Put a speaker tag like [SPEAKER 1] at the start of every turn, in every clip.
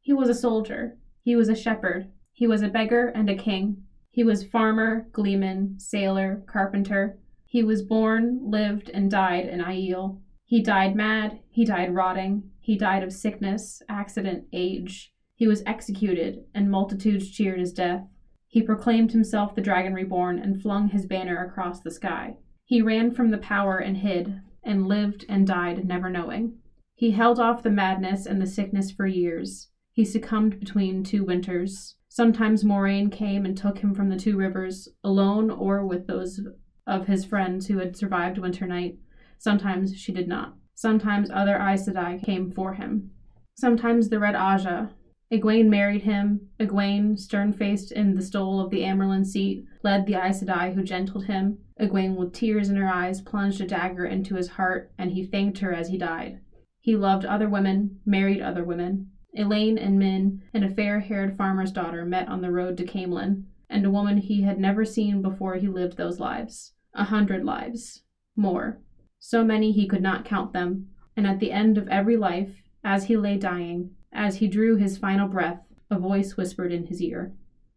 [SPEAKER 1] He was a soldier. He was a shepherd. He was a beggar and a king. He was farmer, gleeman, sailor, carpenter. He was born, lived, and died in Aiel. He died mad. He died rotting. He died of sickness, accident, age. He was executed, and multitudes cheered his death. He proclaimed himself the Dragon Reborn and flung his banner across the sky. He ran from the power and hid, and lived and died never knowing. He held off the madness and the sickness for years. He succumbed between two winters. Sometimes Moraine came and took him from the two rivers, alone or with those of his friends who had survived winter night. Sometimes she did not. Sometimes other Aes Sedai came for him. Sometimes the Red Aja. Egwene married him. Egwene, stern faced in the stole of the Amerlin seat, led the Aes Sedai who gentled him. Egwene, with tears in her eyes, plunged a dagger into his heart, and he thanked her as he died. He loved other women, married other women. Elaine and Min and a fair haired farmer's daughter met on the road to Camelin, and a woman he had never seen before he lived those lives. A hundred lives. More. So many he could not count them, and at the end of every life, as he lay dying, as he drew his final breath, a voice whispered in his ear,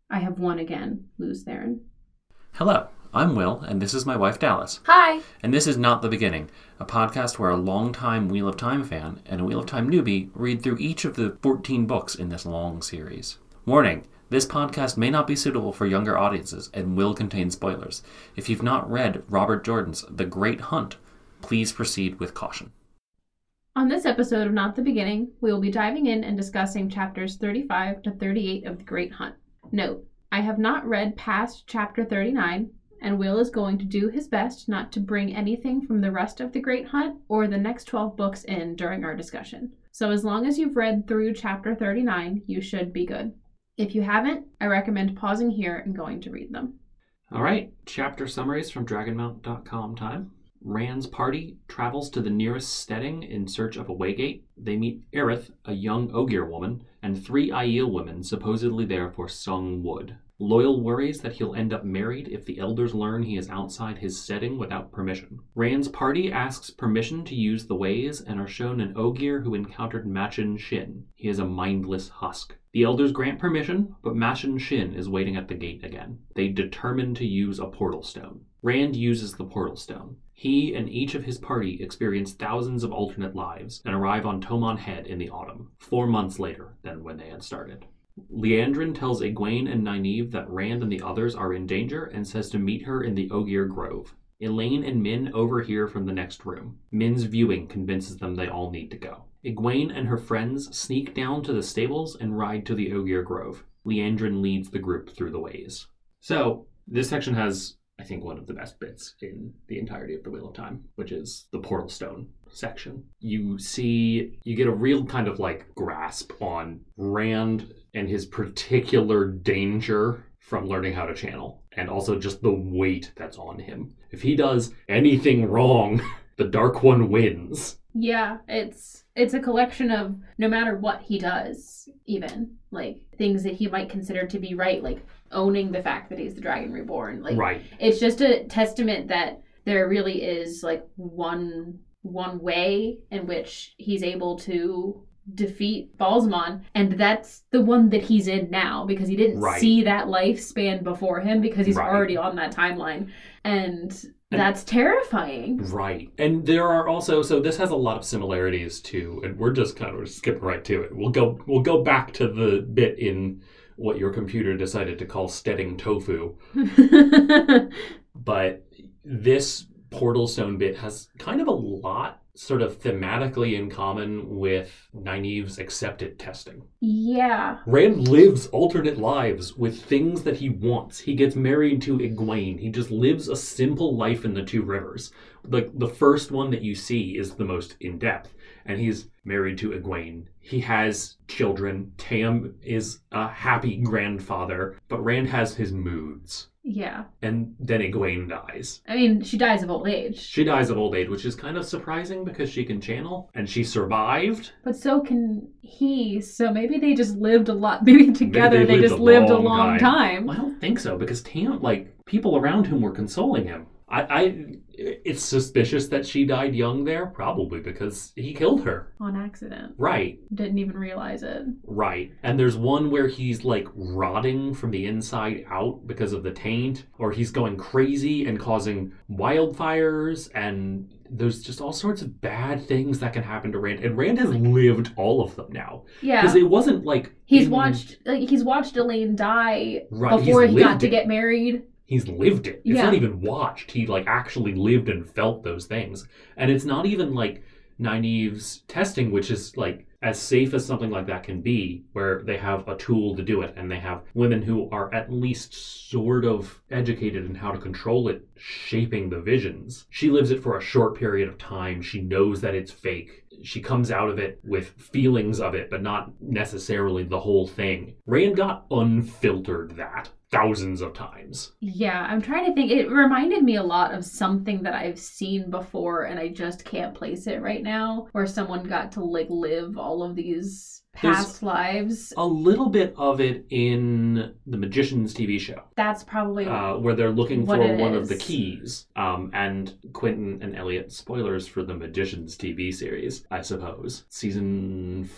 [SPEAKER 1] I have won again, Luz Theron.
[SPEAKER 2] Hello, I'm Will, and this is my wife Dallas.
[SPEAKER 1] Hi!
[SPEAKER 2] And this is Not the Beginning, a podcast where a longtime Wheel of Time fan and a Wheel of Time newbie read through each of the 14 books in this long series. Warning this podcast may not be suitable for younger audiences and will contain spoilers. If you've not read Robert Jordan's The Great Hunt, please proceed with caution.
[SPEAKER 1] On this episode of Not the Beginning, we will be diving in and discussing chapters 35 to 38 of The Great Hunt. Note, I have not read past chapter 39, and Will is going to do his best not to bring anything from the rest of The Great Hunt or the next 12 books in during our discussion. So, as long as you've read through chapter 39, you should be good. If you haven't, I recommend pausing here and going to read them.
[SPEAKER 2] All right, chapter summaries from dragonmount.com time. Rand's party travels to the nearest steading in search of a waygate. They meet Aerith, a young Ogier woman, and three Aiel women supposedly there for Sung Wood. Loyal worries that he'll end up married if the elders learn he is outside his setting without permission. Rand's party asks permission to use the ways and are shown an Ogier who encountered Machin Shin. He is a mindless husk. The elders grant permission, but Machin Shin is waiting at the gate again. They determine to use a portal stone. Rand uses the portal stone. He and each of his party experience thousands of alternate lives and arrive on Tomon Head in the autumn, four months later than when they had started. Leandrin tells Egwene and Nynaeve that Rand and the others are in danger and says to meet her in the Ogier Grove. Elaine and Min overhear from the next room. Min's viewing convinces them they all need to go. Egwene and her friends sneak down to the stables and ride to the Ogier Grove. Leandrin leads the group through the ways. So, this section has, I think, one of the best bits in the entirety of The Wheel of Time, which is the Portal Stone section. You see, you get a real kind of like grasp on Rand and his particular danger from learning how to channel, and also just the weight that's on him. If he does anything wrong, the Dark One wins.
[SPEAKER 1] Yeah, it's it's a collection of no matter what he does, even like things that he might consider to be right, like owning the fact that he's the Dragon Reborn. Like
[SPEAKER 2] right.
[SPEAKER 1] it's just a testament that there really is like one one way in which he's able to defeat Balzmon and that's the one that he's in now because he didn't
[SPEAKER 2] Right.
[SPEAKER 1] see that lifespan before him because he's
[SPEAKER 2] Right.
[SPEAKER 1] already on that timeline and that's terrifying.
[SPEAKER 2] Right. And there are also so this has a lot of similarities to and we're just kind of skipping right to it. We'll go we'll go back to the bit in what your computer decided to call steading tofu, but this portal stone bit has kind of a lot sort of thematically in common with Nynaeve's accepted testing.
[SPEAKER 1] yeah.
[SPEAKER 2] Rand lives alternate lives with things that he wants. He gets married to Egwene. He just lives a simple life in the Two Rivers. Like the first one that you see is the most in depth, and he's married to Egwene. He has children. Tam is a happy grandfather, but Rand has his moods.
[SPEAKER 1] Yeah.
[SPEAKER 2] And then Egwene dies.
[SPEAKER 1] I mean, she dies of old age,
[SPEAKER 2] She dies of old age, which is kind of surprising because she can channel and she survived.
[SPEAKER 1] but so can he. So maybe they just lived a lot. Maybe together
[SPEAKER 2] they
[SPEAKER 1] they,
[SPEAKER 2] lived
[SPEAKER 1] just
[SPEAKER 2] a
[SPEAKER 1] lived a
[SPEAKER 2] long
[SPEAKER 1] long time.
[SPEAKER 2] Well, I don't think so because Tam, like people around him, were consoling him. I, I It's suspicious that she died young there, probably because he killed her.
[SPEAKER 1] on accident.
[SPEAKER 2] Right,
[SPEAKER 1] Didn't even realize it.
[SPEAKER 2] right. And there's one where he's like rotting from the inside out because of the taint, or he's going crazy and causing wildfires, and there's just all sorts of bad things that can happen to Rand. And Rand has lived all of them now.
[SPEAKER 1] Yeah.
[SPEAKER 2] Because it wasn't like.
[SPEAKER 1] He's
[SPEAKER 2] in-
[SPEAKER 1] watched like he's watched Elaine die
[SPEAKER 2] Right, he's
[SPEAKER 1] before he got
[SPEAKER 2] lived
[SPEAKER 1] to
[SPEAKER 2] it.
[SPEAKER 1] get married.
[SPEAKER 2] he's lived it. It's
[SPEAKER 1] Yeah.
[SPEAKER 2] not even watched. He like actually lived and felt those things. And it's not even like Nynaeve's testing, which is like as safe as something like that can be, where they have a tool to do it and they have women who are at least sort of educated in how to control it, shaping the visions. She lives it for a short period of time. She knows that it's fake. She comes out of it with feelings of it, but not necessarily the whole thing. Rand got unfiltered that thousands of times.
[SPEAKER 1] Yeah, I'm trying to think. It reminded me a lot of something that I've seen before, and I just can't place it right now. Where someone got to like live all of these
[SPEAKER 2] There's-
[SPEAKER 1] past lives.
[SPEAKER 2] a little bit of it in the magician's tv show
[SPEAKER 1] That's probably
[SPEAKER 2] uh, where they're looking
[SPEAKER 1] Oh, What
[SPEAKER 2] for
[SPEAKER 1] it
[SPEAKER 2] one of the
[SPEAKER 1] is.
[SPEAKER 2] keys um, and quentin and elliot spoilers for the magician's tv series i suppose season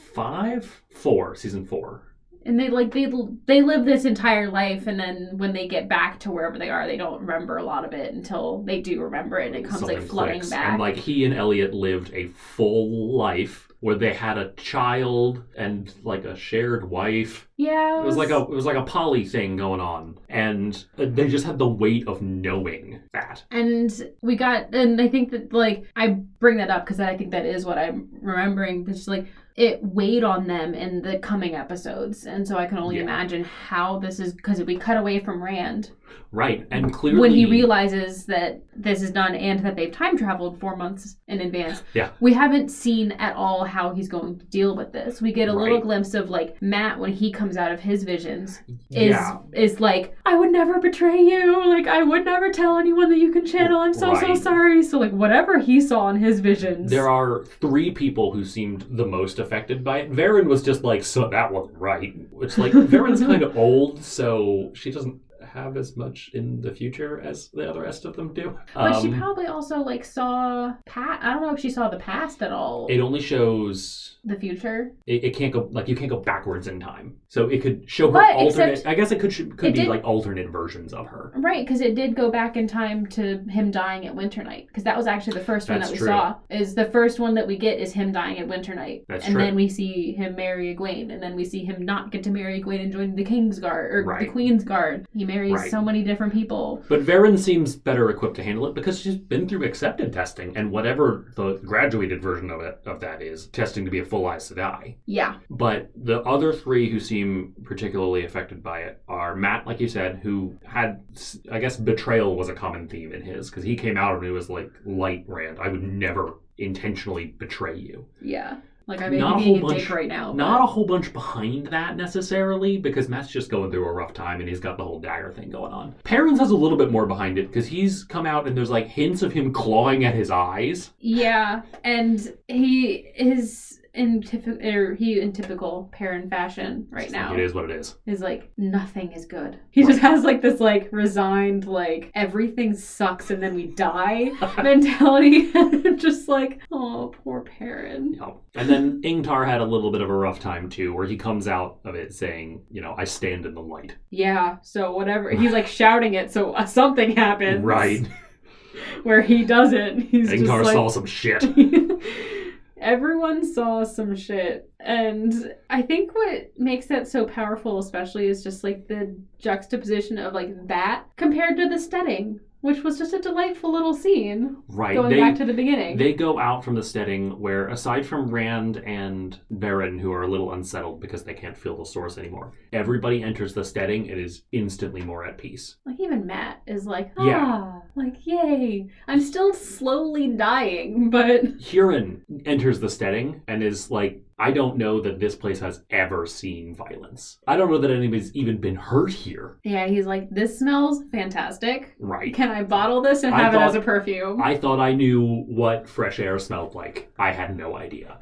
[SPEAKER 2] five four season four
[SPEAKER 1] and they like they they live this entire life, and then when they get back to wherever they are, they don't remember a lot of it until they do remember it, and it comes like
[SPEAKER 2] Something
[SPEAKER 1] flooding
[SPEAKER 2] clicks.
[SPEAKER 1] back.
[SPEAKER 2] and like he and elliot lived a full life where they had a child and like a shared wife
[SPEAKER 1] yeah,
[SPEAKER 2] It was like a it was like a poly thing going on, and uh, they just had the weight of knowing that.
[SPEAKER 1] And we got, and I think that like I bring that up because I think that is what I'm remembering. This like it weighed on them in the coming episodes, and so I can only
[SPEAKER 2] Yeah.
[SPEAKER 1] imagine how this is because we cut away from Rand
[SPEAKER 2] Right, and clearly
[SPEAKER 1] when he realizes that this is done and that they've time traveled four months in advance.
[SPEAKER 2] Yeah.
[SPEAKER 1] we haven't seen at all how he's going to deal with this. We get a little
[SPEAKER 2] Right.
[SPEAKER 1] glimpse of like Matt when he comes out of his visions is
[SPEAKER 2] yeah,
[SPEAKER 1] is like I would never betray you. Like I would never tell anyone that you can channel. I'm so so
[SPEAKER 2] Right.
[SPEAKER 1] sorry. So like whatever he saw in his visions.
[SPEAKER 2] there are three people who seemed the most affected by it. Varen was just like, so that wasn't right. It's like Varen's kind of old, so she doesn't have as much in the future as the other rest of them do.
[SPEAKER 1] but she
[SPEAKER 2] Um,
[SPEAKER 1] probably also like saw pat. I don't know if she saw the past at all.
[SPEAKER 2] it only shows
[SPEAKER 1] the future.
[SPEAKER 2] it, it can't go like you can't go backwards in time, so it could show her
[SPEAKER 1] But except-
[SPEAKER 2] alternate. I guess it could could
[SPEAKER 1] it
[SPEAKER 2] be
[SPEAKER 1] did-
[SPEAKER 2] like alternate versions of her.
[SPEAKER 1] Right, because it did go back in time to him dying at Winter Night. Because that was actually the first one
[SPEAKER 2] That's
[SPEAKER 1] that we
[SPEAKER 2] true.
[SPEAKER 1] saw. Is the first one that we get is him dying at Winter Night.
[SPEAKER 2] That's
[SPEAKER 1] and
[SPEAKER 2] true.
[SPEAKER 1] then we see him marry Egwene, and then we see him not get to marry Egwene and join the King's Guard or
[SPEAKER 2] Right.
[SPEAKER 1] the Queen's Guard. He marries
[SPEAKER 2] Right.
[SPEAKER 1] so many different people.
[SPEAKER 2] But Varen seems better equipped to handle it because she's been through accepted testing and whatever the graduated version of it of that is, testing to be a full Aes Sedai.
[SPEAKER 1] Yeah.
[SPEAKER 2] But the other three who seem particularly affected by it are Matt, like you said, who had, I guess, betrayal was a common theme in his because he came out and he was like, light Rand, I would never intentionally betray you.
[SPEAKER 1] Yeah. Like I may
[SPEAKER 2] Not a
[SPEAKER 1] be being a,
[SPEAKER 2] whole
[SPEAKER 1] dick
[SPEAKER 2] bunch-
[SPEAKER 1] right now.
[SPEAKER 2] Not a whole bunch behind that necessarily, because Matt's just going through a rough time and he's got the whole dagger thing going on. Perrins has a little bit more behind it because he's come out and there's like hints of him clawing at his eyes.
[SPEAKER 1] Yeah, and he is in typical or he in typical parent fashion right
[SPEAKER 2] It's like,
[SPEAKER 1] now
[SPEAKER 2] it is what it is.
[SPEAKER 1] is like nothing is good. He just has like this like resigned like everything sucks and then we die mentality. just like oh poor parent.
[SPEAKER 2] Yeah. And then Ingtar had a little bit of a rough time too, where he comes out of it saying, you know, I stand in the light.
[SPEAKER 1] Yeah, so whatever he's like shouting it, so uh, something happens.
[SPEAKER 2] Right.
[SPEAKER 1] where he doesn't, he's just
[SPEAKER 2] Ingtar
[SPEAKER 1] like,
[SPEAKER 2] saw some shit.
[SPEAKER 1] Everyone saw some shit. And I think what makes that so powerful, especially, is just like the juxtaposition of like that compared to the studying, which was just a delightful little scene
[SPEAKER 2] Right.
[SPEAKER 1] going
[SPEAKER 2] they,
[SPEAKER 1] back to the beginning.
[SPEAKER 2] They go out from the setting where, aside from Rand and Baron, who are a little unsettled because they can't feel the source anymore, everybody enters the setting and is instantly more at peace.
[SPEAKER 1] like even Matt is like, ah,
[SPEAKER 2] Yeah.
[SPEAKER 1] like yay. I'm still slowly dying, but
[SPEAKER 2] Huron enters the setting and is like, I don't know that this place has ever seen violence. I don't know that anybody's even been hurt here.
[SPEAKER 1] yeah, he's like, this smells fantastic.
[SPEAKER 2] Right.
[SPEAKER 1] Can I bottle this and
[SPEAKER 2] I
[SPEAKER 1] have it as
[SPEAKER 2] thought-
[SPEAKER 1] a perfume?
[SPEAKER 2] I thought I knew what fresh air smelled like. I had no idea.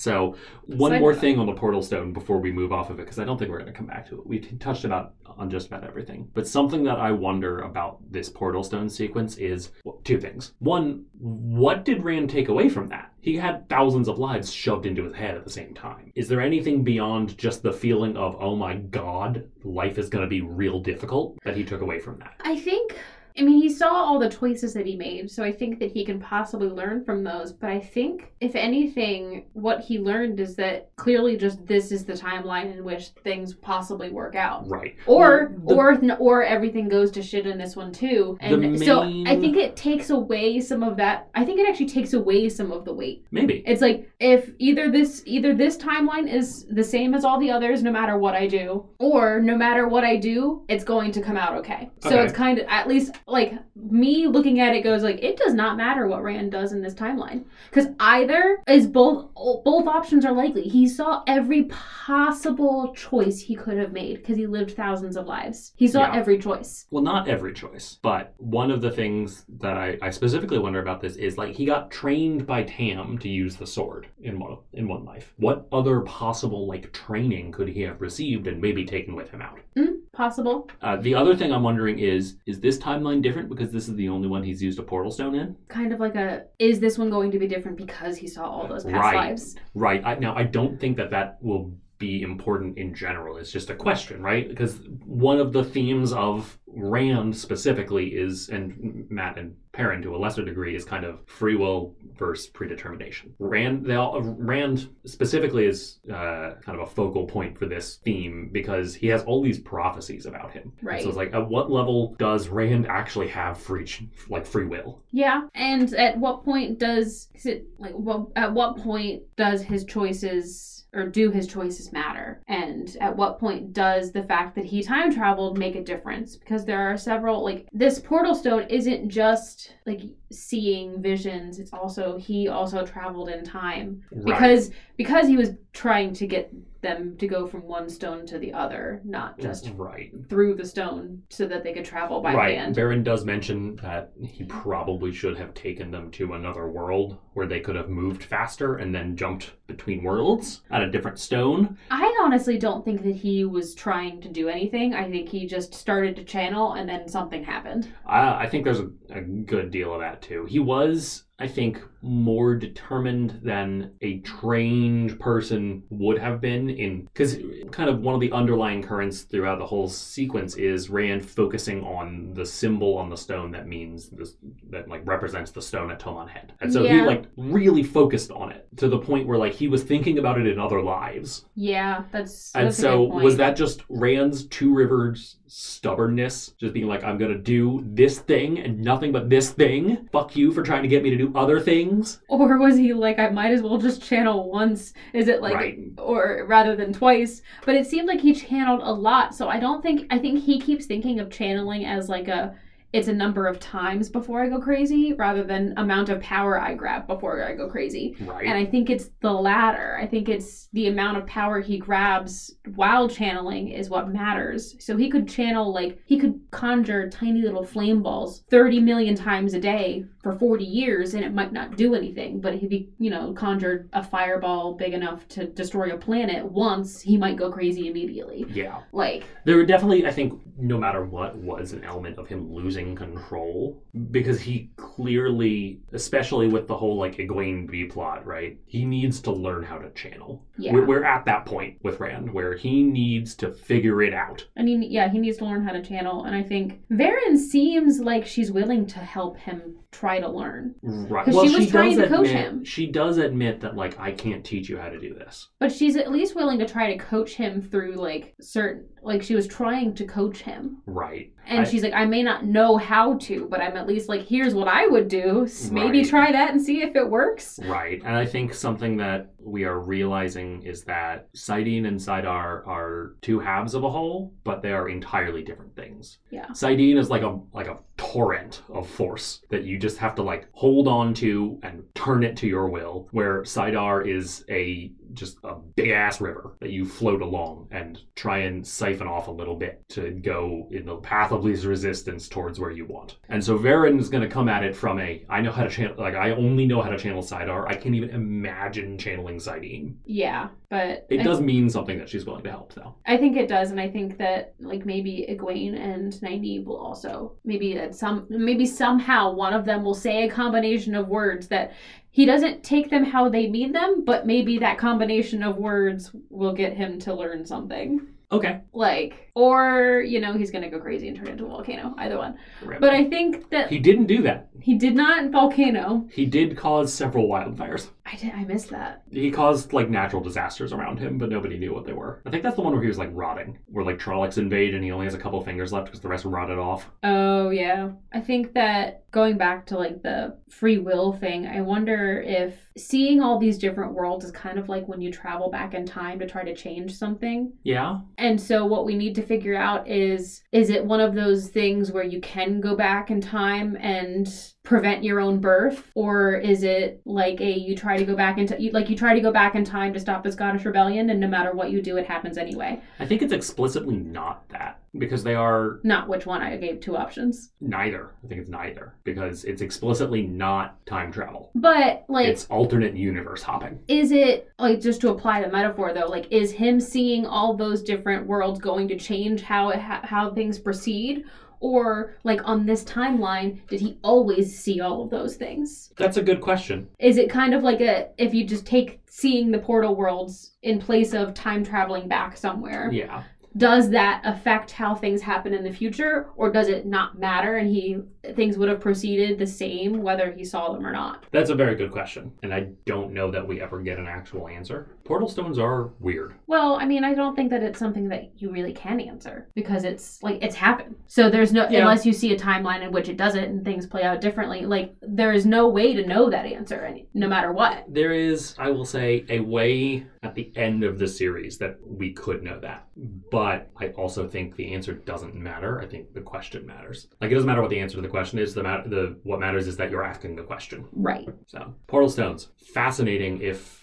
[SPEAKER 2] So one
[SPEAKER 1] Side
[SPEAKER 2] more
[SPEAKER 1] note.
[SPEAKER 2] thing on the portal stone before we move off of it, because I don't think we're going to come back to it. We touched about on just about everything, but something that I wonder about this portal stone sequence is well, two things. One, what did Rand take away from that? He had thousands of lives shoved into his head at the same time. Is there anything beyond just the feeling of oh my god, life is going to be real difficult that he took away from that?
[SPEAKER 1] I think, I mean, he saw all the choices that he made, so I think that he can possibly learn from those. But I think, if anything, what he learned is that clearly just this is the timeline in which things possibly work out.
[SPEAKER 2] Right.
[SPEAKER 1] Or,
[SPEAKER 2] The-
[SPEAKER 1] or, or everything goes to shit in this one too, and
[SPEAKER 2] The
[SPEAKER 1] so
[SPEAKER 2] main-
[SPEAKER 1] I think it takes away some of that. I think it actually takes away some of the weight.
[SPEAKER 2] maybe.
[SPEAKER 1] It's like if either this either this timeline is the same as all the others, no matter what I do, or no matter what I do, it's going to come out okay. So
[SPEAKER 2] Okay.
[SPEAKER 1] it's kind of at least like me looking at it goes like it does not matter what Rand does in this timeline because either is both both options are likely. He saw every possible choice he could have made because he lived thousands of lives. He saw
[SPEAKER 2] Yeah.
[SPEAKER 1] every choice.
[SPEAKER 2] well not every choice but one of the things that I, I specifically wonder about this is like he got trained by tam to use the sword in one in one life what other possible like training could he have received and maybe taken with him out
[SPEAKER 1] Mm, possible,
[SPEAKER 2] uh, the other thing i'm wondering is is this timeline different because this is the only one he's used a portal stone in
[SPEAKER 1] kind of like a is this one going to be different because he saw all those past
[SPEAKER 2] Right.
[SPEAKER 1] lives?
[SPEAKER 2] Right. I, now, I don't think that that will be important in general. It's just a question, right? Because one of the themes of Rand specifically is, and Matt and Perrin to a lesser degree, is kind of free will versus predetermination. Rand, they all, Rand specifically is uh, kind of a focal point for this theme because he has all these prophecies about him.
[SPEAKER 1] Right.
[SPEAKER 2] So it's like, at what level does Rand actually have free, ch- like free will?
[SPEAKER 1] Yeah, and at what point does is it like well, at what point does his choices or do his choices matter? And at what point does the fact that he time traveled make a difference? Because there are several like this portal stone isn't just like seeing visions. It's also he also traveled in time because because he was trying to get them to go from one stone to the other, not just
[SPEAKER 2] right.
[SPEAKER 1] through the stone, so that they could travel by
[SPEAKER 2] right.
[SPEAKER 1] hand.
[SPEAKER 2] Baron does mention that he probably should have taken them to another world where they could have moved faster and then jumped between worlds at a different stone.
[SPEAKER 1] I honestly don't think that he was trying to do anything. I think he just started to channel and then something happened.
[SPEAKER 2] I, I think there's a, a good deal of that too. He was, I think, more determined than a trained person would have been in because kind of one of the underlying currents throughout the whole sequence is Rand focusing on the symbol on the stone that means this that like represents the stone at Toman Head, and so he
[SPEAKER 1] Yeah.
[SPEAKER 2] like really focused on it to the point where like he was thinking about it in other lives
[SPEAKER 1] Yeah, that's.
[SPEAKER 2] and
[SPEAKER 1] that's a
[SPEAKER 2] so
[SPEAKER 1] good point.
[SPEAKER 2] was that just Rand's Two Rivers stubbornness, just being like, I'm gonna do this thing and nothing but this thing. Fuck you for trying to get me to do other things.
[SPEAKER 1] or was he like, I might as well just channel once? Is it like,
[SPEAKER 2] right.
[SPEAKER 1] or rather than twice? But it seemed like he channeled a lot. So I don't think. I think he keeps thinking of channeling as like a. It's a number of times before I go crazy, rather than amount of power I grab before I go crazy.
[SPEAKER 2] Right.
[SPEAKER 1] And I think it's the latter. I think it's the amount of power he grabs while channeling is what matters. So he could channel, like, he could conjure tiny little flame balls 30 million times a day for 40 years and it might not do anything. But if he, you know, conjured a fireball big enough to destroy a planet once, he might go crazy immediately.
[SPEAKER 2] yeah.
[SPEAKER 1] Like,
[SPEAKER 2] There were definitely, I think, no matter what, was an element of him losing control because he clearly, especially with the whole like Egwene B plot, right? He needs to learn how to channel.
[SPEAKER 1] yeah.
[SPEAKER 2] We're, we're at that point with Rand where he needs to figure it out.
[SPEAKER 1] I mean, yeah, he needs to learn how to channel. And I think Varen seems like she's willing to help him try to learn.
[SPEAKER 2] Right.
[SPEAKER 1] 'Cause
[SPEAKER 2] Well,
[SPEAKER 1] she was trying
[SPEAKER 2] does
[SPEAKER 1] to coach
[SPEAKER 2] admit-
[SPEAKER 1] him.
[SPEAKER 2] She does admit that, like, I can't teach you how to do this.
[SPEAKER 1] But she's at least willing to try to coach him through like certain like she was trying to coach him.
[SPEAKER 2] Right.
[SPEAKER 1] And
[SPEAKER 2] I-
[SPEAKER 1] she's like, I may not know how to, but I'm at least like, here's what I would do. S- Maybe
[SPEAKER 2] Right.
[SPEAKER 1] try that and see if it works.
[SPEAKER 2] Right. And I think something that we are realizing is that Sidene and Sidar are two halves of a whole, but they are entirely different things.
[SPEAKER 1] Yeah.
[SPEAKER 2] Sidene is like a like a torrent of force that you just have to like hold on to and turn it to your will, where Sidar is a just a big ass river that you float along and try and siphon off a little bit to go in the path of least resistance towards where you want. And so Varin is going to come at it from a I know how to channel like I only know how to channel Sidar. I can't even imagine channeling Sidine.
[SPEAKER 1] Yeah, but
[SPEAKER 2] It
[SPEAKER 1] I-
[SPEAKER 2] does mean something that she's willing to help though.
[SPEAKER 1] I think it does, and I think that like maybe Egwene and Nynaeve will also maybe that some maybe somehow one of them will say a combination of words that he doesn't take them how they mean them, but maybe that combination of words will get him to learn something.
[SPEAKER 2] Okay.
[SPEAKER 1] Like, or you know, he's gonna go crazy and turn into a volcano. Either one.
[SPEAKER 2] Right.
[SPEAKER 1] But uh, I think that
[SPEAKER 2] he didn't do that.
[SPEAKER 1] he did not volcano.
[SPEAKER 2] He did cause several wildfires.
[SPEAKER 1] I did. I missed that.
[SPEAKER 2] He caused like natural disasters around him, but nobody knew what they were. I think that's the one where he was like rotting, where like Trollocs invade and he only has a couple fingers left because the rest rotted off.
[SPEAKER 1] Oh, yeah. I think that going back to like the free will thing, I wonder if seeing all these different worlds is kind of like when you travel back in time to try to change something.
[SPEAKER 2] Yeah.
[SPEAKER 1] And so what we need to figure out is is it one of those things where you can go back in time and prevent your own birth or is it like a you try to go back into you, like you try to go back in time to stop the Scottish rebellion and no matter what you do it happens anyway.
[SPEAKER 2] I think it's explicitly not that because they are
[SPEAKER 1] Not which one I gave two options.
[SPEAKER 2] neither. I think it's neither because it's explicitly not time travel.
[SPEAKER 1] But like
[SPEAKER 2] it's alternate universe hopping.
[SPEAKER 1] is it like just to apply the metaphor though like is him seeing all those different worlds going to change how it ha- how things proceed or like on this timeline did he always see all of those things
[SPEAKER 2] That's a good question.
[SPEAKER 1] is it kind of like a if you just take seeing the portal worlds in place of time traveling back somewhere
[SPEAKER 2] Yeah.
[SPEAKER 1] does that affect how things happen in the future or does it not matter and he things would have proceeded the same whether he saw them or not
[SPEAKER 2] That's a very good question. And I don't know that we ever get an actual answer. Portal stones are weird.
[SPEAKER 1] Well, I mean, I don't think that it's something that you really can answer because it's like it's happened. So there's no
[SPEAKER 2] Yeah.
[SPEAKER 1] unless you see a timeline in which it doesn't and things play out differently. Like there is no way to know that answer, any, no matter what.
[SPEAKER 2] There is, I will say, a way at the end of the series that we could know that. But I also think the answer doesn't matter. I think the question matters. Like it doesn't matter what the answer to the question is. The, ma- the what matters is that you're asking the question.
[SPEAKER 1] Right.
[SPEAKER 2] So portal stones, fascinating if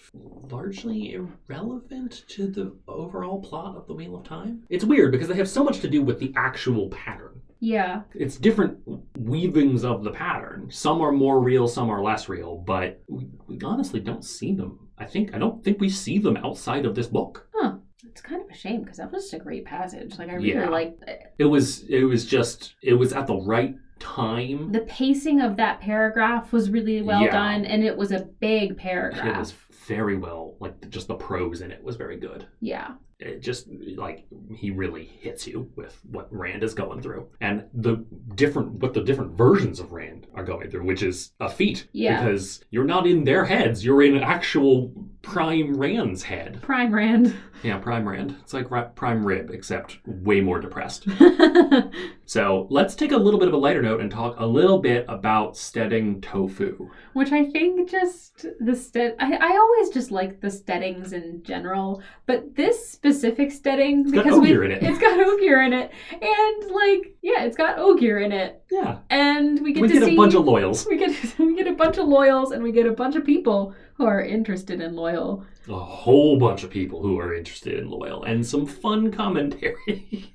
[SPEAKER 2] largely irrelevant to the overall plot of the Wheel of Time. It's weird because they have so much to do with the actual pattern.
[SPEAKER 1] Yeah.
[SPEAKER 2] It's different weavings of the pattern. Some are more real, some are less real, but we, we honestly don't see them. I think I don't think we see them outside of this book.
[SPEAKER 1] It's kind of a shame because that was just a great passage. Like I really
[SPEAKER 2] Yeah.
[SPEAKER 1] liked
[SPEAKER 2] It was it was just it was at the right time.
[SPEAKER 1] the pacing of that paragraph was really well
[SPEAKER 2] Yeah.
[SPEAKER 1] done, and it was a big paragraph.
[SPEAKER 2] It was very well, like just the prose in it was very good.
[SPEAKER 1] Yeah.
[SPEAKER 2] it just like he really hits you with what Rand is going through and the different what the different versions of Rand are going through, which is a feat.
[SPEAKER 1] Yeah.
[SPEAKER 2] Because you're not in their heads, you're in actual Prime Rand's head.
[SPEAKER 1] Prime Rand.
[SPEAKER 2] Yeah, Prime Rand. It's like ri- Prime Rib, except way more depressed. So let's take a little bit of a lighter note and talk a little bit about steading tofu.
[SPEAKER 1] which I think just the stead. I, I always just like the steadings in general, but this specific steading
[SPEAKER 2] got
[SPEAKER 1] because we-
[SPEAKER 2] ogre in it.
[SPEAKER 1] it's got ogre in it, and like yeah, it's got ogre in it,
[SPEAKER 2] Yeah.
[SPEAKER 1] and we get
[SPEAKER 2] We
[SPEAKER 1] to
[SPEAKER 2] get
[SPEAKER 1] see
[SPEAKER 2] a bunch of loyals.
[SPEAKER 1] we get we get a bunch of loyals, and we get a bunch of people who are interested in loyal.
[SPEAKER 2] a whole bunch of people who are interested in loyal and some fun commentary.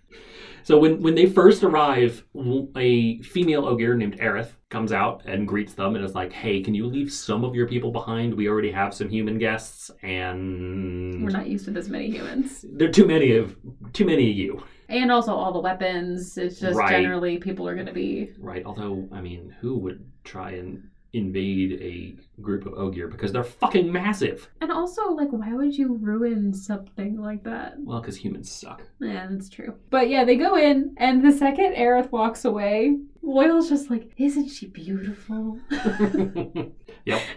[SPEAKER 2] so when when they first arrive, w- a female ogre named Aerith comes out and greets them and is like, "Hey, can you leave some of your people behind? We already have some human guests, and
[SPEAKER 1] We're not used to this many humans,
[SPEAKER 2] there are too many of too many of you."
[SPEAKER 1] and also all the weapons. It's just
[SPEAKER 2] Right.
[SPEAKER 1] generally people are going to be
[SPEAKER 2] Right? Although, I mean, who would try and invade a group of ogre because they're fucking massive?
[SPEAKER 1] and also like why would you ruin something like that
[SPEAKER 2] Well, because humans suck.
[SPEAKER 1] Yeah, that's true. But yeah, they go in, and the second Aerith walks away, Loyal's just like, Isn't she beautiful?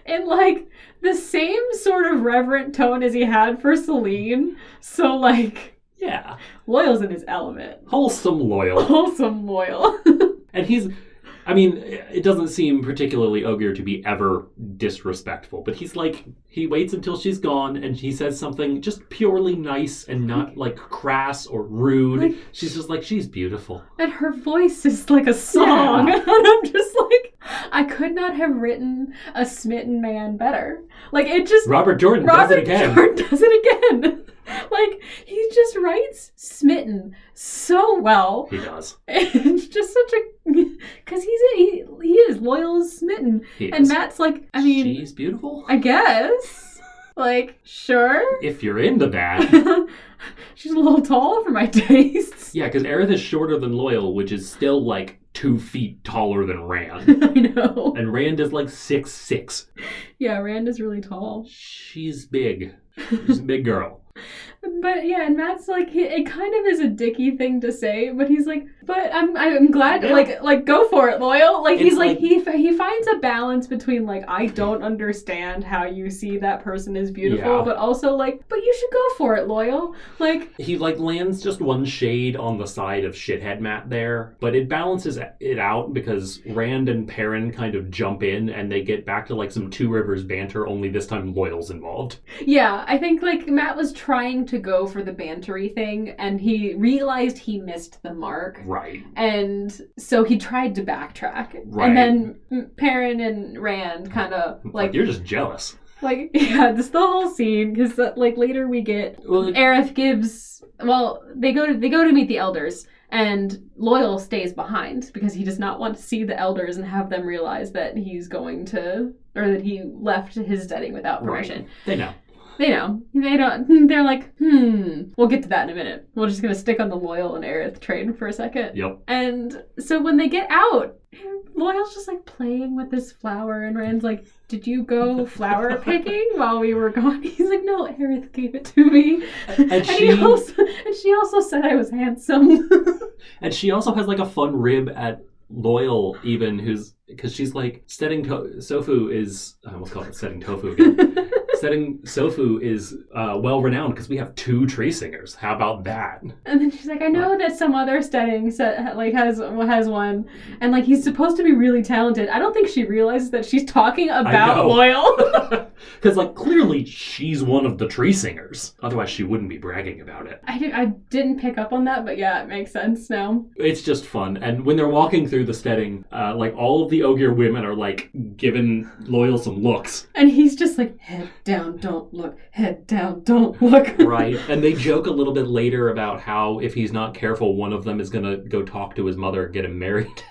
[SPEAKER 1] In like the same sort of reverent tone as he had for Celine. So, like,
[SPEAKER 2] yeah,
[SPEAKER 1] Loyal's in his element.
[SPEAKER 2] wholesome loyal.
[SPEAKER 1] Wholesome Loyal.
[SPEAKER 2] And he's, I mean, it doesn't seem particularly ogre to be ever disrespectful, but he's like, he waits until she's gone and he says something just purely nice and not like crass or rude.
[SPEAKER 1] Like-
[SPEAKER 2] she's just like, she's beautiful.
[SPEAKER 1] and her voice is like a song.
[SPEAKER 2] Yeah.
[SPEAKER 1] And I'm just like, I could not have written a smitten man better. Like it just
[SPEAKER 2] Robert Jordan does it
[SPEAKER 1] Robert
[SPEAKER 2] again.
[SPEAKER 1] Jordan does it again. like he just writes smitten so well.
[SPEAKER 2] He does.
[SPEAKER 1] It's just such a because he's he, he is loyal as smitten,
[SPEAKER 2] He
[SPEAKER 1] and
[SPEAKER 2] is.
[SPEAKER 1] Matt's like I mean
[SPEAKER 2] she's beautiful.
[SPEAKER 1] I guess like sure.
[SPEAKER 2] if you're into that.
[SPEAKER 1] She's a little tall for my tastes.
[SPEAKER 2] yeah, because Aerith is shorter than Loyal, which is still like two feet taller than Rand.
[SPEAKER 1] I know.
[SPEAKER 2] and Rand is like six six.
[SPEAKER 1] Yeah, Rand is really tall.
[SPEAKER 2] She's big. She's a big girl.
[SPEAKER 1] But yeah, and Matt's like, he, it kind of is a dicky thing to say, but he's like, but I'm I'm glad,
[SPEAKER 2] Yeah.
[SPEAKER 1] like like go for it, loyal. Like he's
[SPEAKER 2] It's
[SPEAKER 1] like,
[SPEAKER 2] like-
[SPEAKER 1] he he he finds a balance between like I don't understand how you see that person as beautiful,
[SPEAKER 2] Yeah.
[SPEAKER 1] but also like, but you should go for it, loyal. Like
[SPEAKER 2] He like lands just one shade on the side of shithead Matt there, but it balances it out because Rand and Perrin kind of jump in and they get back to like some Two Rivers banter. Only this time, Loyal's involved.
[SPEAKER 1] Yeah, I think like Matt was trying to go for the bantery thing and he realized he missed the mark.
[SPEAKER 2] Right.
[SPEAKER 1] And so he tried to backtrack.
[SPEAKER 2] Right.
[SPEAKER 1] And then M- Perrin and Rand kind of
[SPEAKER 2] Like
[SPEAKER 1] like,
[SPEAKER 2] you're just jealous.
[SPEAKER 1] like, yeah, this the whole scene because like later we get
[SPEAKER 2] Well, it-
[SPEAKER 1] Aerith gives. Well, they go to they go to meet the elders, and Loyal stays behind because he does not want to see the elders and have them realize that he's going to or that he left his setting without
[SPEAKER 2] Right.
[SPEAKER 1] permission.
[SPEAKER 2] they know.
[SPEAKER 1] They know. They don't. They're like, hmm. We'll get to that in a minute. We're just gonna stick on the Loyal and Aerith train for a second.
[SPEAKER 2] Yep.
[SPEAKER 1] And so when they get out, Loyal's just like playing with this flower, and Rand's like, "Did you go flower picking while we were gone?" He's like, "No, Aerith gave it to me." And,
[SPEAKER 2] she-
[SPEAKER 1] he also and she also said I was handsome.
[SPEAKER 2] And she also has like a fun rib at Loyal, even who's because she's like setting to- Sofu is I almost called it setting tofu again. setting Sofu is uh, well renowned because we have two tree singers. How about that?
[SPEAKER 1] and then she's like, "I know that some other setting set, like has has one, and like he's supposed to be really talented." I don't think she realizes that she's talking about
[SPEAKER 2] know.
[SPEAKER 1] Loyal.
[SPEAKER 2] Because, like, clearly she's one of the tree singers. Otherwise, she wouldn't be bragging about it.
[SPEAKER 1] I, did, I didn't pick up on that, but yeah, it makes sense now.
[SPEAKER 2] It's just fun. And when they're walking through the setting, uh, like, all of the Ogier women are, like, giving Loyal some looks,
[SPEAKER 1] And he's just like, head down, don't look, head down, don't look.
[SPEAKER 2] right? and they joke a little bit later about how if he's not careful, one of them is going to go talk to his mother and get him married.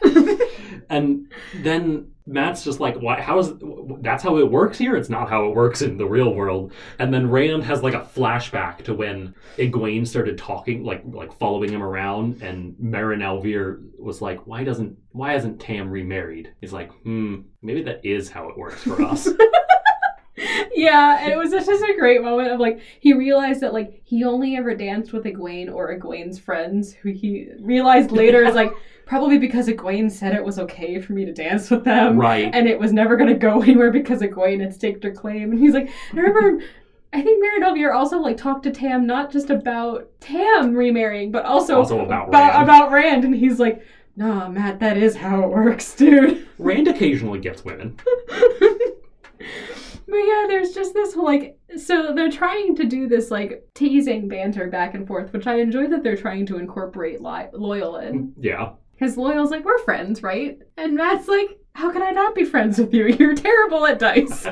[SPEAKER 2] and then. Matt's just like, why? How is that's how it works here? It's not how it works in the real world. And then Rand has like a flashback to when Egwene started talking, like like following him around, and Marin Alvear was like, "Why doesn't why hasn't Tam remarried?" He's like, "Hmm, maybe that is how it works for us."
[SPEAKER 1] yeah, and it was just a great moment of like, he realized that like he only ever danced with Egwene or Egwene's friends, who he realized later is like, probably because Egwene said it was okay for me to dance with them.
[SPEAKER 2] right?
[SPEAKER 1] and it was never going to go anywhere because Egwene had staked her claim. And he's like, I remember, I think Maranovir also like talked to Tam not just about Tam remarrying, but also,
[SPEAKER 2] Also about
[SPEAKER 1] about,
[SPEAKER 2] Rand.
[SPEAKER 1] about Rand. And he's like, Nah, Matt, that is how it works, dude.
[SPEAKER 2] Rand occasionally gets women.
[SPEAKER 1] But yeah, there's just this whole, like, so they're trying to do this like teasing banter back and forth, which I enjoy that they're trying to incorporate li- Loyal in.
[SPEAKER 2] Yeah,
[SPEAKER 1] Because Loyal's like, we're friends, right? And Matt's like, how can I not be friends with you? You're terrible at dice.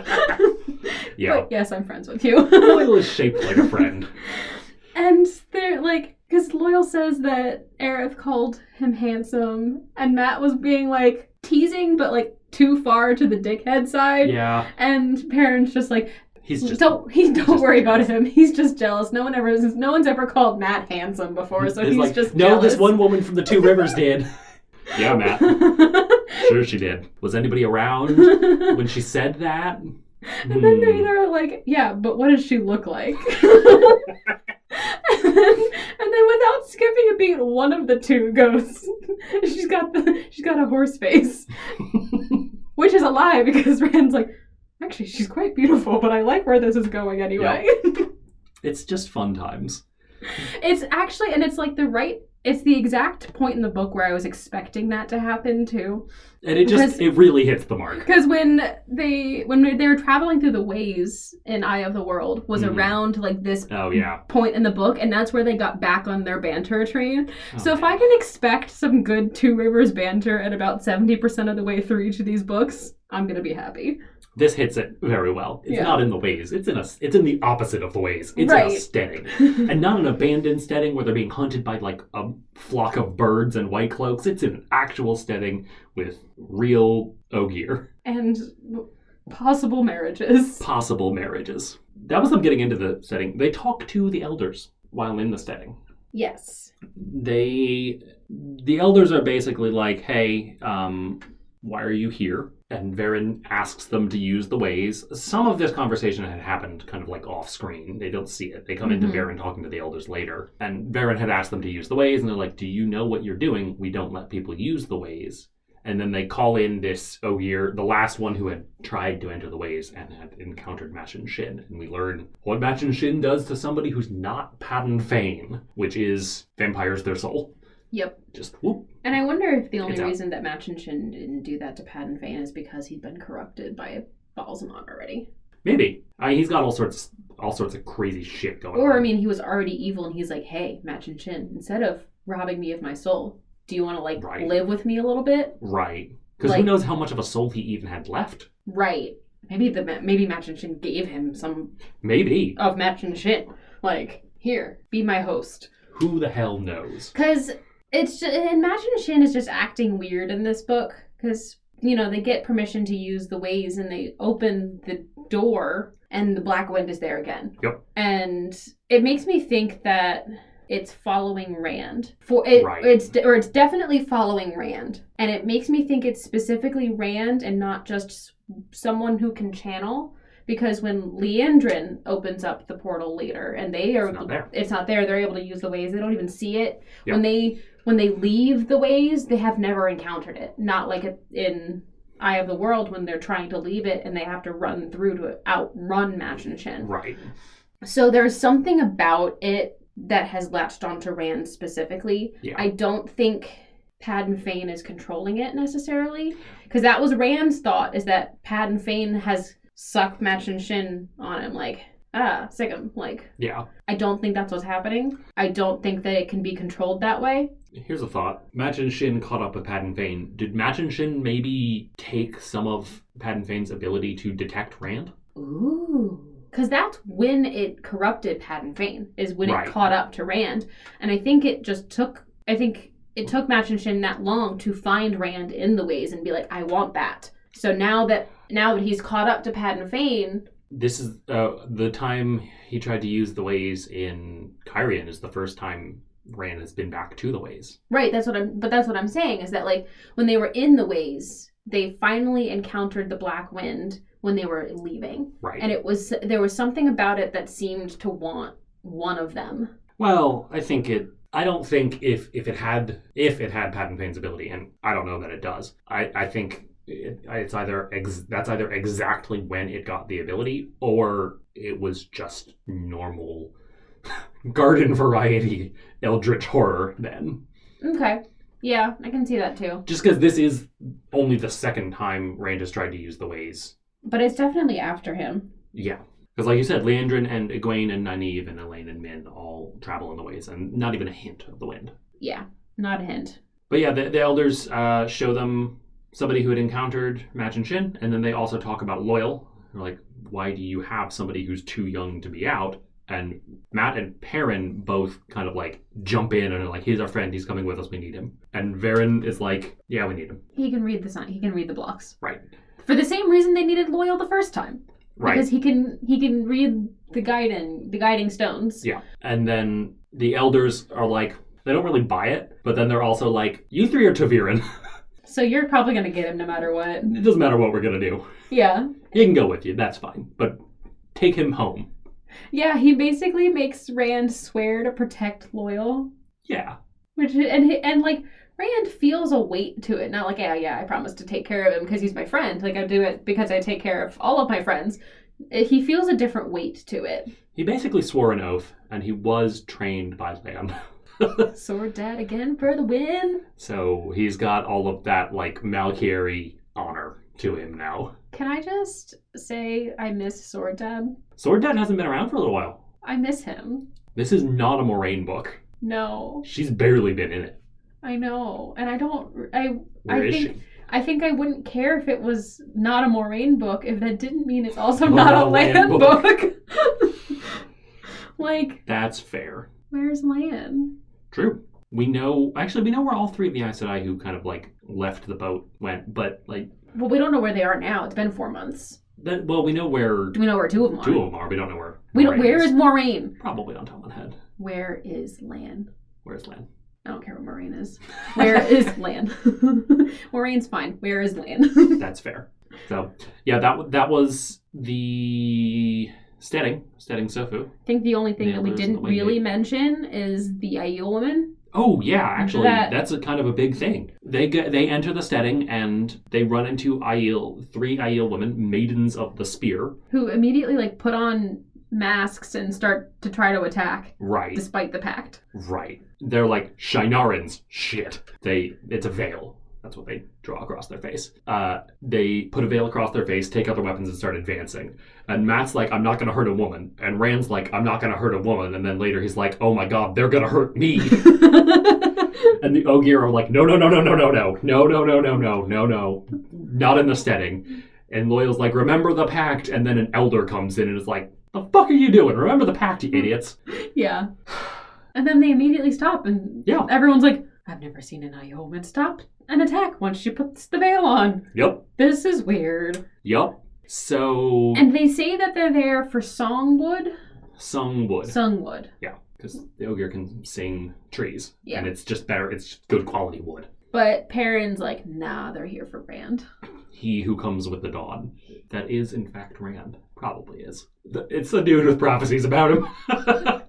[SPEAKER 2] yeah.
[SPEAKER 1] But yes, I'm friends with you.
[SPEAKER 2] Loyal is shaped like a friend.
[SPEAKER 1] and they're like, because Loyal says that Aerith called him handsome, and Matt was being like teasing, but like too far to the dickhead side.
[SPEAKER 2] Yeah,
[SPEAKER 1] And parents just like,
[SPEAKER 2] he's just
[SPEAKER 1] don't he don't
[SPEAKER 2] just
[SPEAKER 1] worry about
[SPEAKER 2] jealous.
[SPEAKER 1] him. He's just jealous. No one ever no one's ever called Matt handsome before, so
[SPEAKER 2] It's
[SPEAKER 1] he's
[SPEAKER 2] like,
[SPEAKER 1] just
[SPEAKER 2] no,
[SPEAKER 1] jealous.
[SPEAKER 2] this one woman from the Two Rivers did. yeah, Matt. Sure, she did. Was anybody around when she said that?
[SPEAKER 1] And then
[SPEAKER 2] Hmm.
[SPEAKER 1] they are like, yeah, but what does she look like? and, then, and then without skipping a beat, one of the two goes, she's got the she's got a horse face. Which is a lie because Rand's like, actually she's quite beautiful, but I like where this is going anyway.
[SPEAKER 2] It's just fun times.
[SPEAKER 1] It's actually and it's like the right It's the exact point in the book where I was expecting that to happen too.
[SPEAKER 2] And it just,
[SPEAKER 1] Because-
[SPEAKER 2] it really hits the mark.
[SPEAKER 1] Because when they when they were traveling through the ways in Eye of the World was
[SPEAKER 2] Mhm.
[SPEAKER 1] around like this
[SPEAKER 2] Oh, yeah.
[SPEAKER 1] point in the book, and that's where they got back on their banter train.
[SPEAKER 2] Oh,
[SPEAKER 1] so if
[SPEAKER 2] man.
[SPEAKER 1] I can expect some good Two Rivers banter at about seventy percent of the way through each of these books, I'm gonna be happy.
[SPEAKER 2] This hits it very well. It's
[SPEAKER 1] Yeah.
[SPEAKER 2] not in the ways. It's in a, it's in the opposite of the ways. It's in
[SPEAKER 1] Right.
[SPEAKER 2] a steading. and not an abandoned steading where they're being hunted by like a flock of birds and white cloaks. It's an actual steading with real ogier
[SPEAKER 1] and possible marriages.
[SPEAKER 2] possible marriages. That was them getting into the setting. They talk to the elders while in the steading.
[SPEAKER 1] Yes.
[SPEAKER 2] They the elders are basically like, "Hey, um, why are you here?" And Varen asks them to use the ways. Some of this conversation had happened kind of like off screen. They don't see it. They come
[SPEAKER 1] Mhm.
[SPEAKER 2] into Varen talking to the elders later. And Varen had asked them to use the ways, and they're like, Do you know what you're doing? We don't let people use the ways. And then they call in this Ogier, the last one who had tried to enter the ways and had encountered Machin Shin. And we learn what Machin Shin does to somebody who's not Pattern Fane, which is vampires their soul.
[SPEAKER 1] Yep.
[SPEAKER 2] Just whoop.
[SPEAKER 1] And I wonder if the only
[SPEAKER 2] It's out.
[SPEAKER 1] reason that Machin Shin didn't do that to Patton Fane is because he'd been corrupted by Balsamon already.
[SPEAKER 2] Maybe. I mean, he's got all sorts all sorts of crazy shit going on.
[SPEAKER 1] Or, I mean, he was already evil and he's like, hey, Machin Shin, instead of robbing me of my soul, do you want to, like,
[SPEAKER 2] Right.
[SPEAKER 1] live with me a little bit?
[SPEAKER 2] Right. Because who
[SPEAKER 1] Like-
[SPEAKER 2] knows how much of a soul he even had left?
[SPEAKER 1] Right. Maybe the maybe Machin Shin gave him some
[SPEAKER 2] Maybe.
[SPEAKER 1] of Machin Shin. Like, here, be my host.
[SPEAKER 2] Who the hell knows?
[SPEAKER 1] Because it's just, and Machin Shin is just acting weird in this book. Because, you know, they get permission to use the ways and they open the door and the Black Wind is there again.
[SPEAKER 2] Yep.
[SPEAKER 1] And it makes me think that it's following Rand. For it,
[SPEAKER 2] Right.
[SPEAKER 1] it's de- or it's definitely following Rand. And it makes me think it's specifically Rand and not just s- someone who can channel because when Leandrin opens up the portal later and they are
[SPEAKER 2] It's not there.
[SPEAKER 1] it's not there. They're able to use the ways. They don't even see it
[SPEAKER 2] Yeah.
[SPEAKER 1] when they when they leave the ways. They have never encountered it. Not like it- in Eye of the World when they're trying to leave it and they have to run through to outrun Machin Shin.
[SPEAKER 2] Right.
[SPEAKER 1] So there's something about it that has latched onto Rand specifically.
[SPEAKER 2] Yeah.
[SPEAKER 1] I don't think Padden Fane is controlling it necessarily because that was Rand's thought is that Padden Fane has sucked Machin Shin on him like ah sick him like
[SPEAKER 2] yeah.
[SPEAKER 1] I don't think that's what's happening. I don't think that it can be controlled that way.
[SPEAKER 2] Here's a thought. Machin Shin caught up with Patton Fane. Did Machin Shin maybe take some of Patton Fane's ability to detect Rand?
[SPEAKER 1] Ooh. Because that's when it corrupted Patton Fane, is when
[SPEAKER 2] Right.
[SPEAKER 1] it caught up to Rand. And I think it just took, I think it took Match and Shin that long to find Rand in the ways and be like, I want that. So now that, now that he's caught up to Patton Fane,
[SPEAKER 2] This is uh, the time he tried to use the ways in Kyrian is the first time Rand has been back to the ways.
[SPEAKER 1] Right, that's what I'm but that's what I'm saying is that like when they were in the ways, they finally encountered the black wind when they were leaving.
[SPEAKER 2] Right.
[SPEAKER 1] And it was there was something about it that seemed to want one of them.
[SPEAKER 2] Well, I think it. I don't think if if it had if it had Patton Payne's ability, and I don't know that it does. I I think it, it's either ex, that's either exactly when it got the ability, or it was just normal garden variety eldritch horror. Then
[SPEAKER 1] Okay. Yeah, I can see that too.
[SPEAKER 2] just because this is only the second time Rand has tried to use the ways.
[SPEAKER 1] But it's definitely after him.
[SPEAKER 2] Yeah. Because, like you said, Leandrin and Egwene and Nynaeve and Elaine and Min all travel in the ways, and not even a hint of the wind.
[SPEAKER 1] Yeah. Not a hint.
[SPEAKER 2] But yeah, the, the elders uh, show them somebody who had encountered Machin Shin, and then they also talk about Loyal. They're like, why do you have somebody who's too young to be out? And Matt and Perrin both kind of like jump in and are like, he's our friend, he's coming with us, we need him. And Varen is like, yeah, we need him.
[SPEAKER 1] He can read the sign he can read the blocks.
[SPEAKER 2] Right.
[SPEAKER 1] For the same reason they needed Loyal the first time.
[SPEAKER 2] Right.
[SPEAKER 1] Because he can he can read the guiding the guiding stones.
[SPEAKER 2] Yeah. And then the elders are like, they don't really buy it, but then they're also like, you three are Taviran.
[SPEAKER 1] So you're probably gonna get him no matter what.
[SPEAKER 2] it doesn't matter what we're going to do.
[SPEAKER 1] Yeah.
[SPEAKER 2] He can go with you, that's fine. But take him home.
[SPEAKER 1] Yeah, he basically makes Rand swear to protect Loyal,
[SPEAKER 2] Yeah.
[SPEAKER 1] which and he- and like Rand feels a weight to it. Not like yeah, yeah, I promise to take care of him because he's my friend. Like I do it because I take care of all of my friends. Eh, He feels a different weight to it.
[SPEAKER 2] He basically swore an oath, and he was trained by Leon.
[SPEAKER 1] Sword Dad again for the win.
[SPEAKER 2] So he's got all of that like Malkyrie honor to him now.
[SPEAKER 1] Can I just say I miss Sword Dad?
[SPEAKER 2] Sword Dad hasn't been around for a little while.
[SPEAKER 1] I miss him.
[SPEAKER 2] This is not a Moraine book.
[SPEAKER 1] No,
[SPEAKER 2] She's barely been in it.
[SPEAKER 1] I know, and I don't. I I
[SPEAKER 2] Where is
[SPEAKER 1] think-
[SPEAKER 2] she?
[SPEAKER 1] I think I wouldn't care if it was not a Moraine book if that didn't mean it's also
[SPEAKER 2] Not
[SPEAKER 1] not,
[SPEAKER 2] a
[SPEAKER 1] a land,
[SPEAKER 2] Lan book.
[SPEAKER 1] book. like,
[SPEAKER 2] That's fair.
[SPEAKER 1] where's Lan?
[SPEAKER 2] True. We know actually we know where all three of the Aes Sedai who kind of like left the boat went, but like
[SPEAKER 1] Well, we don't know where they are now. It's been four months.
[SPEAKER 2] that, well we know where
[SPEAKER 1] Do we know where two of them are?
[SPEAKER 2] two of them are. We don't know where.
[SPEAKER 1] We don't,
[SPEAKER 2] Moraine
[SPEAKER 1] where is Moraine?
[SPEAKER 2] probably on top of my head.
[SPEAKER 1] Where is Lan?
[SPEAKER 2] Where's Lan?
[SPEAKER 1] I don't care what Moraine is. Where is Lan? Moraine's fine. Where is Lan?
[SPEAKER 2] That's fair. So yeah, that w- that was the Steading Steading Sofu.
[SPEAKER 1] I think the only thing that we
[SPEAKER 2] Nailers
[SPEAKER 1] didn't
[SPEAKER 2] and the wingate.
[SPEAKER 1] really mention is the Aiel woman.
[SPEAKER 2] Oh yeah, actually,
[SPEAKER 1] That-
[SPEAKER 2] that's a kind of a big thing. They get, they enter the Steading and they run into Aiel, three Aiel women, maidens of the spear.
[SPEAKER 1] who immediately like put on masks and start to try to attack
[SPEAKER 2] Right,
[SPEAKER 1] despite the pact.
[SPEAKER 2] right. They're like Shinarans. Shit. They it's a veil. That's what they draw across their face. Uh, they put a veil across their face, take out their weapons, and start advancing. And Matt's like, "I'm not gonna hurt a woman," and Rand's like, "I'm not gonna hurt a woman." And then later he's like, "Oh my god, they're gonna hurt me." And the Ogier are like, no, no, no, no, no, no, no, no, no, no, no, no, no, no, not in the setting. And Loyal's like, remember the pact. And then an elder comes in and is like, the fuck are you doing? Remember the pact, you idiots.
[SPEAKER 1] yeah. And then they immediately stop and
[SPEAKER 2] Yeah.
[SPEAKER 1] everyone's like, I've never seen an Ioman stop an attack once she puts the veil on.
[SPEAKER 2] Yep,
[SPEAKER 1] This is weird.
[SPEAKER 2] yep. So,
[SPEAKER 1] And they say that they're there for Songwood.
[SPEAKER 2] Sungwood.
[SPEAKER 1] Songwood.
[SPEAKER 2] Because the Ogier can sing trees.
[SPEAKER 1] Yeah.
[SPEAKER 2] And it's just better, it's just good quality wood.
[SPEAKER 1] But Perrin's like, nah, they're here for Rand.
[SPEAKER 2] He who comes with the dawn. That is, in fact, Rand. Probably is. Th- It's a dude with prophecies about him.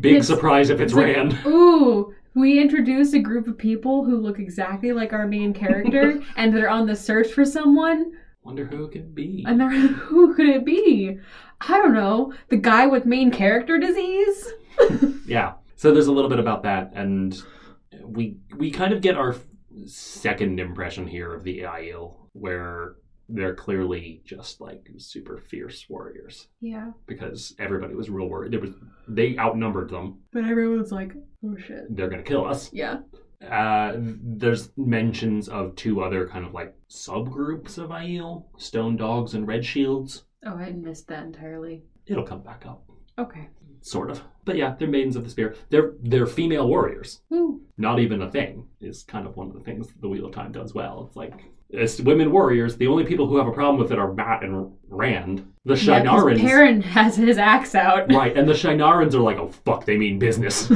[SPEAKER 2] Big
[SPEAKER 1] It's-
[SPEAKER 2] surprise if it's
[SPEAKER 1] it's like-
[SPEAKER 2] Rand.
[SPEAKER 1] Ooh, we introduce a group of people who look exactly like our main character and they're on the search for someone.
[SPEAKER 2] Wonder who it could be.
[SPEAKER 1] And they're who could it be? I don't know. The guy with main character disease?
[SPEAKER 2] Yeah. So there's a little bit about that, and we we kind of get our second impression here of the Aiel, where they're clearly just like super fierce warriors
[SPEAKER 1] Yeah.
[SPEAKER 2] because everybody was real worried. There was they outnumbered them.
[SPEAKER 1] But everyone's like, oh shit.
[SPEAKER 2] They're gonna kill us.
[SPEAKER 1] Yeah.
[SPEAKER 2] Uh, there's mentions of two other kind of like subgroups of Aiel, Stone Dogs and Red Shields.
[SPEAKER 1] Oh, I missed that entirely.
[SPEAKER 2] It'll come back up,
[SPEAKER 1] Okay.
[SPEAKER 2] sort of. But yeah, they're maidens of the spear. They're they're female warriors.
[SPEAKER 1] Woo.
[SPEAKER 2] not even a thing is kind of one of the things that the Wheel of Time does well. It's like as women warriors, the only people who have a problem with it are Matt and Rand. The
[SPEAKER 1] Yeah, 'cause
[SPEAKER 2] Shinarans,
[SPEAKER 1] Perrin has his axe out.
[SPEAKER 2] right? And the Shinarans are like, oh fuck, they mean business.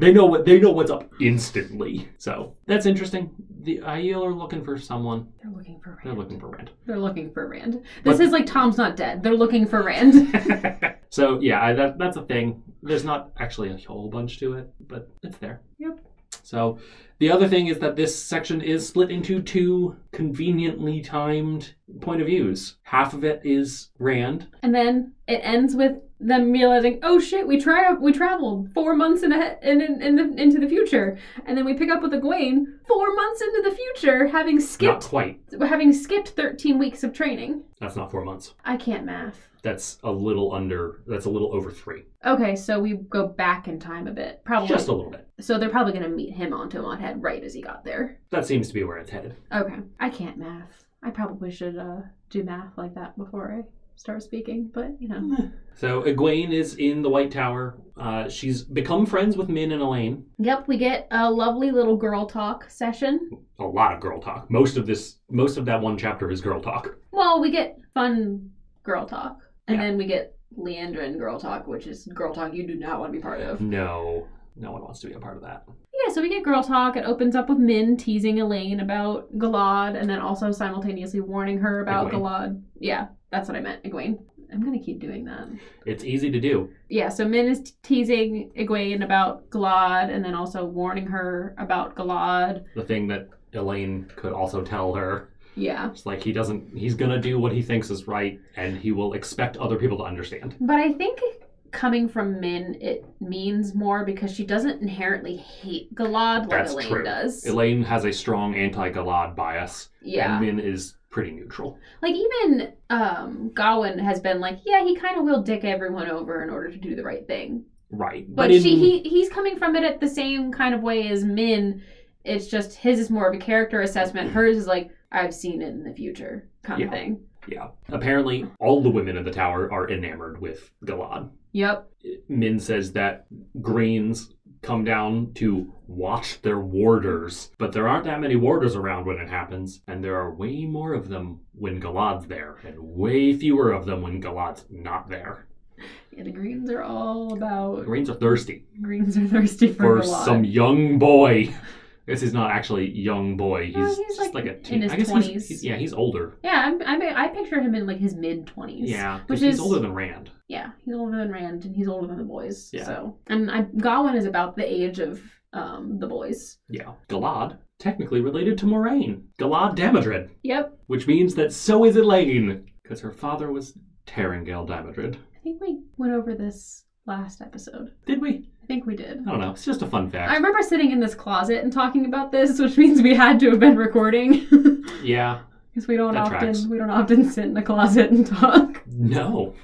[SPEAKER 2] they know what they know what's up instantly. So that's interesting. The Aiel are looking for someone.
[SPEAKER 1] They're looking for Rand.
[SPEAKER 2] They're looking for Rand.
[SPEAKER 1] They're looking for Rand. This
[SPEAKER 2] But-
[SPEAKER 1] is like Tom's not dead. They're looking for Rand.
[SPEAKER 2] so yeah, I, that, that's a thing. There's not actually a whole bunch to it, but it's there.
[SPEAKER 1] Yep.
[SPEAKER 2] So the other thing is that this section is split into two conveniently timed point of views. Half of it is Rand.
[SPEAKER 1] and then it ends with them realizing, oh shit, we tra- we traveled four months in, a- in, in, in the, into the future, and then we pick up with Egwene four months into the future, having
[SPEAKER 2] Not
[SPEAKER 1] skipped
[SPEAKER 2] quite.
[SPEAKER 1] having skipped 13 weeks of training.
[SPEAKER 2] That's not four months.
[SPEAKER 1] I can't math.
[SPEAKER 2] That's a little under. That's a little over three.
[SPEAKER 1] Okay, so we go back in time a bit, probably.
[SPEAKER 2] Just a little bit.
[SPEAKER 1] so they're probably going to meet him on Tomonhead Head right as he got there.
[SPEAKER 2] That seems to be where it's headed.
[SPEAKER 1] Okay, I can't math. I probably should uh, do math like that before I start speaking, but you know.
[SPEAKER 2] So Egwene is in the White Tower. Uh, she's become friends with Min and Elaine.
[SPEAKER 1] Yep, we get a lovely little girl talk session.
[SPEAKER 2] A lot of girl talk. Most of this, most of that one chapter is girl talk.
[SPEAKER 1] Well, we get fun girl talk, and
[SPEAKER 2] Yeah.
[SPEAKER 1] then we get Leandrin girl talk, which is girl talk you do not want to be part of.
[SPEAKER 2] No, no one wants to be a part of that.
[SPEAKER 1] Yeah, so we get girl talk. It opens up with Min teasing Elaine about Galad and then also simultaneously warning her about
[SPEAKER 2] Egwene.
[SPEAKER 1] Galad. Yeah, that's what I meant, Egwene. I'm going to keep doing that.
[SPEAKER 2] It's easy to do.
[SPEAKER 1] Yeah, so Min is teasing Egwene about Galad and then also warning her about Galad.
[SPEAKER 2] The thing that Elaine could also tell her.
[SPEAKER 1] Yeah.
[SPEAKER 2] It's like he doesn't, he's gonna do what he thinks is right and he will expect other people to understand.
[SPEAKER 1] But I think coming from Min, it means more because she doesn't inherently hate Galad like
[SPEAKER 2] That's
[SPEAKER 1] Elaine
[SPEAKER 2] true.
[SPEAKER 1] does.
[SPEAKER 2] Elaine has a strong anti-Galad bias,
[SPEAKER 1] yeah.
[SPEAKER 2] and Min is pretty neutral.
[SPEAKER 1] like even um Gawain has been like, yeah, he kind of will dick everyone over in order to do the right thing.
[SPEAKER 2] Right, but,
[SPEAKER 1] But
[SPEAKER 2] in,
[SPEAKER 1] she he he's coming from it at the same kind of way as Min. It's just his is more of a character assessment. Hers is like, I've seen it in the future kind
[SPEAKER 2] Yeah.
[SPEAKER 1] of thing.
[SPEAKER 2] yeah, apparently all the women in the tower are enamored with Galad.
[SPEAKER 1] Yep.
[SPEAKER 2] Min says that Greens come down to watch their warders, but there aren't that many warders around when it happens, and there are way more of them when Galad's there, and way fewer of them when Galad's not there.
[SPEAKER 1] Yeah, the greens are all about
[SPEAKER 2] Greens are thirsty
[SPEAKER 1] greens are thirsty for,
[SPEAKER 2] for
[SPEAKER 1] Galad.
[SPEAKER 2] some young boy. I guess he's not actually young boy. He's,
[SPEAKER 1] No, Uh, he's,
[SPEAKER 2] just
[SPEAKER 1] like,
[SPEAKER 2] like, a
[SPEAKER 1] in
[SPEAKER 2] teen.
[SPEAKER 1] his
[SPEAKER 2] I guess he's-
[SPEAKER 1] 20s.
[SPEAKER 2] he's- yeah, he's older.
[SPEAKER 1] Yeah, I'm, I'm, I picture him in like his mid twenties.
[SPEAKER 2] Yeah, 'cause
[SPEAKER 1] which
[SPEAKER 2] he's
[SPEAKER 1] is-
[SPEAKER 2] older than Rand.
[SPEAKER 1] yeah, he's older than Rand, and he's older than the boys.
[SPEAKER 2] Yeah.
[SPEAKER 1] So, and I, Gawain is about the age of um the boys.
[SPEAKER 2] Yeah, Galad technically related to Moraine. Galad Damodred.
[SPEAKER 1] Yep.
[SPEAKER 2] Which means that so is Elaine, because her father was Terengale Damodred.
[SPEAKER 1] I think we went over this last episode.
[SPEAKER 2] Did we?
[SPEAKER 1] I think we did.
[SPEAKER 2] I don't know. It's just a fun fact.
[SPEAKER 1] I remember sitting in this closet and talking about this, which means we had to have been recording
[SPEAKER 2] yeah.
[SPEAKER 1] because we don't
[SPEAKER 2] That
[SPEAKER 1] often
[SPEAKER 2] tracks.
[SPEAKER 1] we don't often sit in the closet and talk.
[SPEAKER 2] No.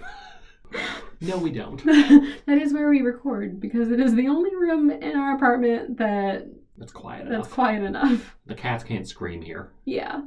[SPEAKER 2] no, we don't.
[SPEAKER 1] that is where we record because it is the only room in our apartment that
[SPEAKER 2] That's quiet
[SPEAKER 1] that's
[SPEAKER 2] enough.
[SPEAKER 1] quiet enough.
[SPEAKER 2] the cats can't scream here.
[SPEAKER 1] Yeah.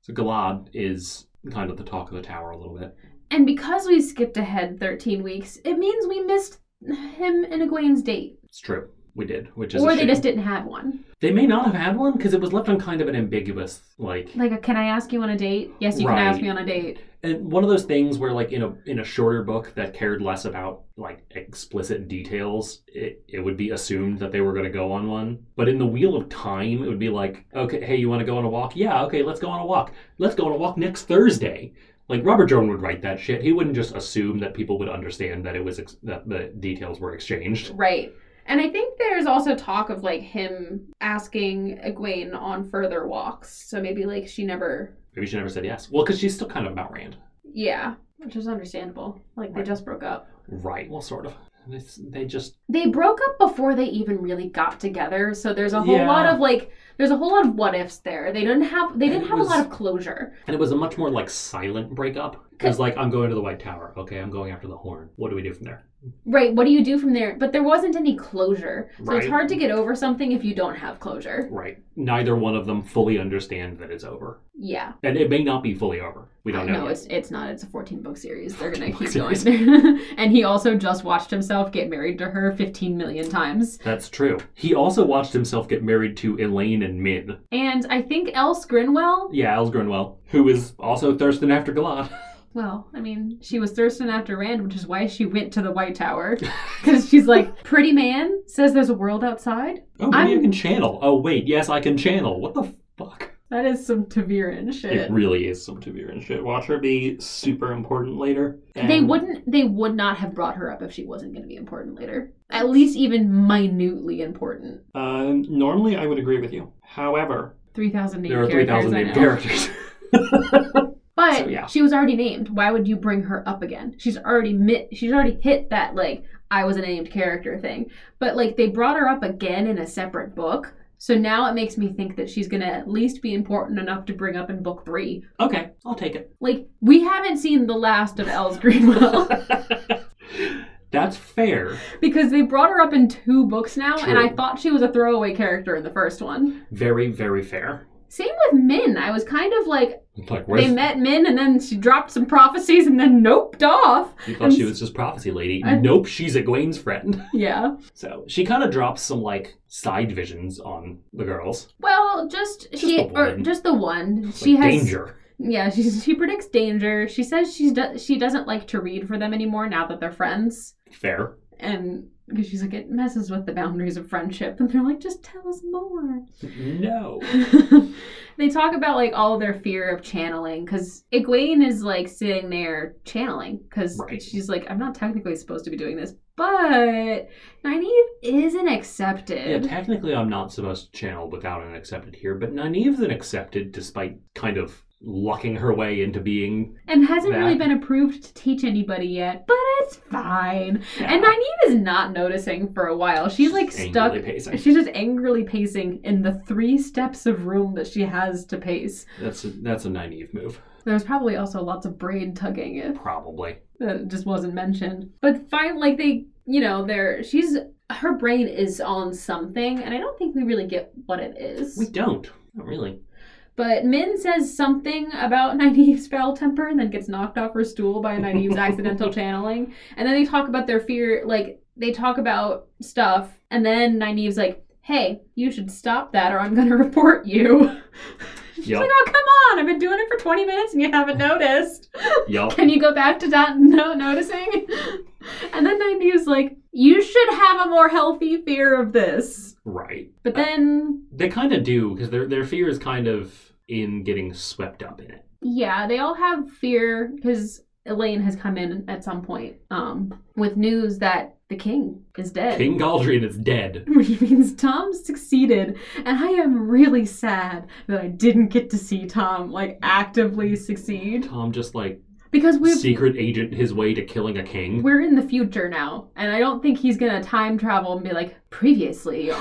[SPEAKER 2] So Galad is kind of the talk of the tower a little bit.
[SPEAKER 1] And because we skipped ahead 13 weeks, it means we missed him and Egwene's date.
[SPEAKER 2] It's true. We did, which is a
[SPEAKER 1] Or they
[SPEAKER 2] shame.
[SPEAKER 1] just didn't have one.
[SPEAKER 2] They may not have had one because it was left on kind of an ambiguous, like,
[SPEAKER 1] Like, a, can I ask you on a date? Yes, you
[SPEAKER 2] Right.
[SPEAKER 1] can ask me on a date.
[SPEAKER 2] and one of those things where, like, in a in a shorter book that cared less about like explicit details, it, it would be assumed that they were going to go on one. But in the Wheel of Time, it would be like, okay, hey, you want to go on a walk? Yeah, okay, let's go on a walk. Let's go on a walk next Thursday. Like Robert Jordan would write that shit. He wouldn't just assume that people would understand that it was ex- that the details were exchanged.
[SPEAKER 1] Right. And I think there's also talk of like him asking Egwene on further walks. So maybe like she never,
[SPEAKER 2] Maybe she never said yes. Well, because she's still kind of about Rand.
[SPEAKER 1] yeah, which is understandable. Like they
[SPEAKER 2] Right.
[SPEAKER 1] just broke up.
[SPEAKER 2] Right. Well, sort of. They, they just
[SPEAKER 1] They broke up before they even really got together. So there's a whole
[SPEAKER 2] Yeah.
[SPEAKER 1] lot of like, there's a whole lot of what ifs there. They didn't have, they
[SPEAKER 2] And
[SPEAKER 1] didn't
[SPEAKER 2] it
[SPEAKER 1] have
[SPEAKER 2] was-
[SPEAKER 1] a lot of closure.
[SPEAKER 2] And it was a much more like silent breakup. Because like I'm going to the White Tower. Okay, I'm going after the horn. What do we do from there?
[SPEAKER 1] Right. What do you do from there? But there wasn't any closure. So it's
[SPEAKER 2] Right.
[SPEAKER 1] hard to get over something if you don't have closure.
[SPEAKER 2] Right. Neither one of them fully understand that it's over.
[SPEAKER 1] Yeah.
[SPEAKER 2] And it may not be fully over. We don't know.
[SPEAKER 1] No,
[SPEAKER 2] yet.
[SPEAKER 1] it's it's not. It's a 14 book series. They're going to
[SPEAKER 2] 14
[SPEAKER 1] keep
[SPEAKER 2] book
[SPEAKER 1] going. and he also just watched himself get married to her 15 million times.
[SPEAKER 2] That's true. He also watched himself get married to Elaine and Min.
[SPEAKER 1] And I think Else Grinwell,
[SPEAKER 2] Yeah, Els Grunwell, who is also thirsting after Galad.
[SPEAKER 1] well, I mean, she was thirsting after Rand, which is why she went to the White Tower. Because she's like, pretty man says there's a world outside.
[SPEAKER 2] Oh, maybe i
[SPEAKER 1] I'm-
[SPEAKER 2] can channel. Oh wait, yes, I can channel. What the fuck?
[SPEAKER 1] That is some Taviran shit.
[SPEAKER 2] It really is some Taviran shit. Watch her be super important later.
[SPEAKER 1] They
[SPEAKER 2] And-
[SPEAKER 1] wouldn't. They would not have brought her up if she wasn't going to be important later. At least even minutely important.
[SPEAKER 2] Um, normally, I would agree with you. However,
[SPEAKER 1] Three thousand named
[SPEAKER 2] there are three
[SPEAKER 1] characters.
[SPEAKER 2] thousand
[SPEAKER 1] I
[SPEAKER 2] named
[SPEAKER 1] know.
[SPEAKER 2] characters.
[SPEAKER 1] But
[SPEAKER 2] So, yeah.
[SPEAKER 1] she was already named. Why would you bring her up again? She's already mi- she's already hit that like I was a named character thing. But like they brought her up again in a separate book. So now it makes me think that she's going to at least be important enough to bring up in book 3.
[SPEAKER 2] Okay, I'll take it.
[SPEAKER 1] Like we haven't seen the last of Els Greenwell
[SPEAKER 2] That's fair.
[SPEAKER 1] because they brought her up in two books now and
[SPEAKER 2] True.
[SPEAKER 1] I thought she was a throwaway character in the first one.
[SPEAKER 2] Very, very fair.
[SPEAKER 1] Same with Min. I was kind of like
[SPEAKER 2] Like, where's
[SPEAKER 1] they met Min and then she dropped some prophecies and then noped off.
[SPEAKER 2] you thought she was just prophecy lady?
[SPEAKER 1] I-
[SPEAKER 2] nope, she's a Gwen's friend.
[SPEAKER 1] Yeah.
[SPEAKER 2] So she kind of drops some like side visions on the girls.
[SPEAKER 1] Well, just,
[SPEAKER 2] Just
[SPEAKER 1] she
[SPEAKER 2] the
[SPEAKER 1] or
[SPEAKER 2] one.
[SPEAKER 1] just the one.
[SPEAKER 2] Like,
[SPEAKER 1] She has
[SPEAKER 2] danger.
[SPEAKER 1] Yeah, she she predicts danger. She says she's do, she doesn't like to read for them anymore now that they're friends,
[SPEAKER 2] Fair.
[SPEAKER 1] and because she's like it messes with the boundaries of friendship, and they're like just tell us more.
[SPEAKER 2] No.
[SPEAKER 1] they talk about like all their fear of channeling because Egwene is like sitting there channeling because
[SPEAKER 2] Right.
[SPEAKER 1] she's like I'm not technically supposed to be doing this, but Nynaeve isn't
[SPEAKER 2] Yeah,
[SPEAKER 1] accepted.
[SPEAKER 2] technically, I'm not supposed to channel without an accepted here, but Nynaeve's an accepted despite kind of lucking her way into being.
[SPEAKER 1] and hasn't really
[SPEAKER 2] That-
[SPEAKER 1] been approved to teach anybody yet, but it's fine. And
[SPEAKER 2] Yeah.
[SPEAKER 1] Nynaeve is not noticing for a while. She's like stuck.
[SPEAKER 2] Angrily pacing.
[SPEAKER 1] She's just angrily pacing in the three steps of room that she has to pace.
[SPEAKER 2] That's a, that's a naive move,
[SPEAKER 1] There was probably also lots of braid tugging if
[SPEAKER 2] probably.
[SPEAKER 1] that just wasn't mentioned. But fine, like they, you know, they're she's her brain is on something, and I don't think we really get what it is.
[SPEAKER 2] We don't. Not really.
[SPEAKER 1] But Min says something about Nynaeve's foul temper and then gets knocked off her stool by Nynaeve's accidental channeling. And then they talk about their fear, like, they talk about stuff, and then Nynaeve's like, hey, you should stop that or I'm going to report you. She's
[SPEAKER 2] Yep.
[SPEAKER 1] like, oh, come on, I've been doing it for 20 minutes and you haven't noticed.
[SPEAKER 2] Yup.
[SPEAKER 1] Can you go back to not no noticing? and then Nynaeve's like, you should have a more healthy fear of this.
[SPEAKER 2] Right.
[SPEAKER 1] But then
[SPEAKER 2] They kind of do because their their fear is kind of in getting swept up in it.
[SPEAKER 1] Yeah, they all have fear because Elaine has come in at some point um, with news that the king is dead,
[SPEAKER 2] King Galdrian is dead.
[SPEAKER 1] which means Tom succeeded. And I am really sad that I didn't get to see Tom like actively succeed
[SPEAKER 2] Tom just like
[SPEAKER 1] because we've.
[SPEAKER 2] secret agent his way to killing a king.
[SPEAKER 1] We're in the future now, and I don't think he's gonna time travel and be like previously,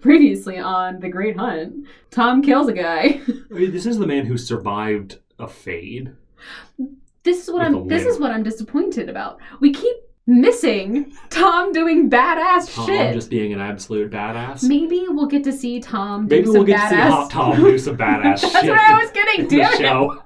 [SPEAKER 1] previously on the Great Hunt. Tom kills a guy.
[SPEAKER 2] I mean, this is the man who survived a fade.
[SPEAKER 1] This is what
[SPEAKER 2] With
[SPEAKER 1] I'm.
[SPEAKER 2] a
[SPEAKER 1] This
[SPEAKER 2] limp.
[SPEAKER 1] is what I'm disappointed about. We keep missing Tom doing badass
[SPEAKER 2] Tom
[SPEAKER 1] shit.
[SPEAKER 2] just being an absolute badass.
[SPEAKER 1] Maybe we'll get to see Tom do
[SPEAKER 2] Maybe
[SPEAKER 1] some
[SPEAKER 2] we'll get
[SPEAKER 1] badass.
[SPEAKER 2] to see Hot Tom do some badass
[SPEAKER 1] That's
[SPEAKER 2] shit.
[SPEAKER 1] what I was getting.
[SPEAKER 2] in the
[SPEAKER 1] Damn it!
[SPEAKER 2] show.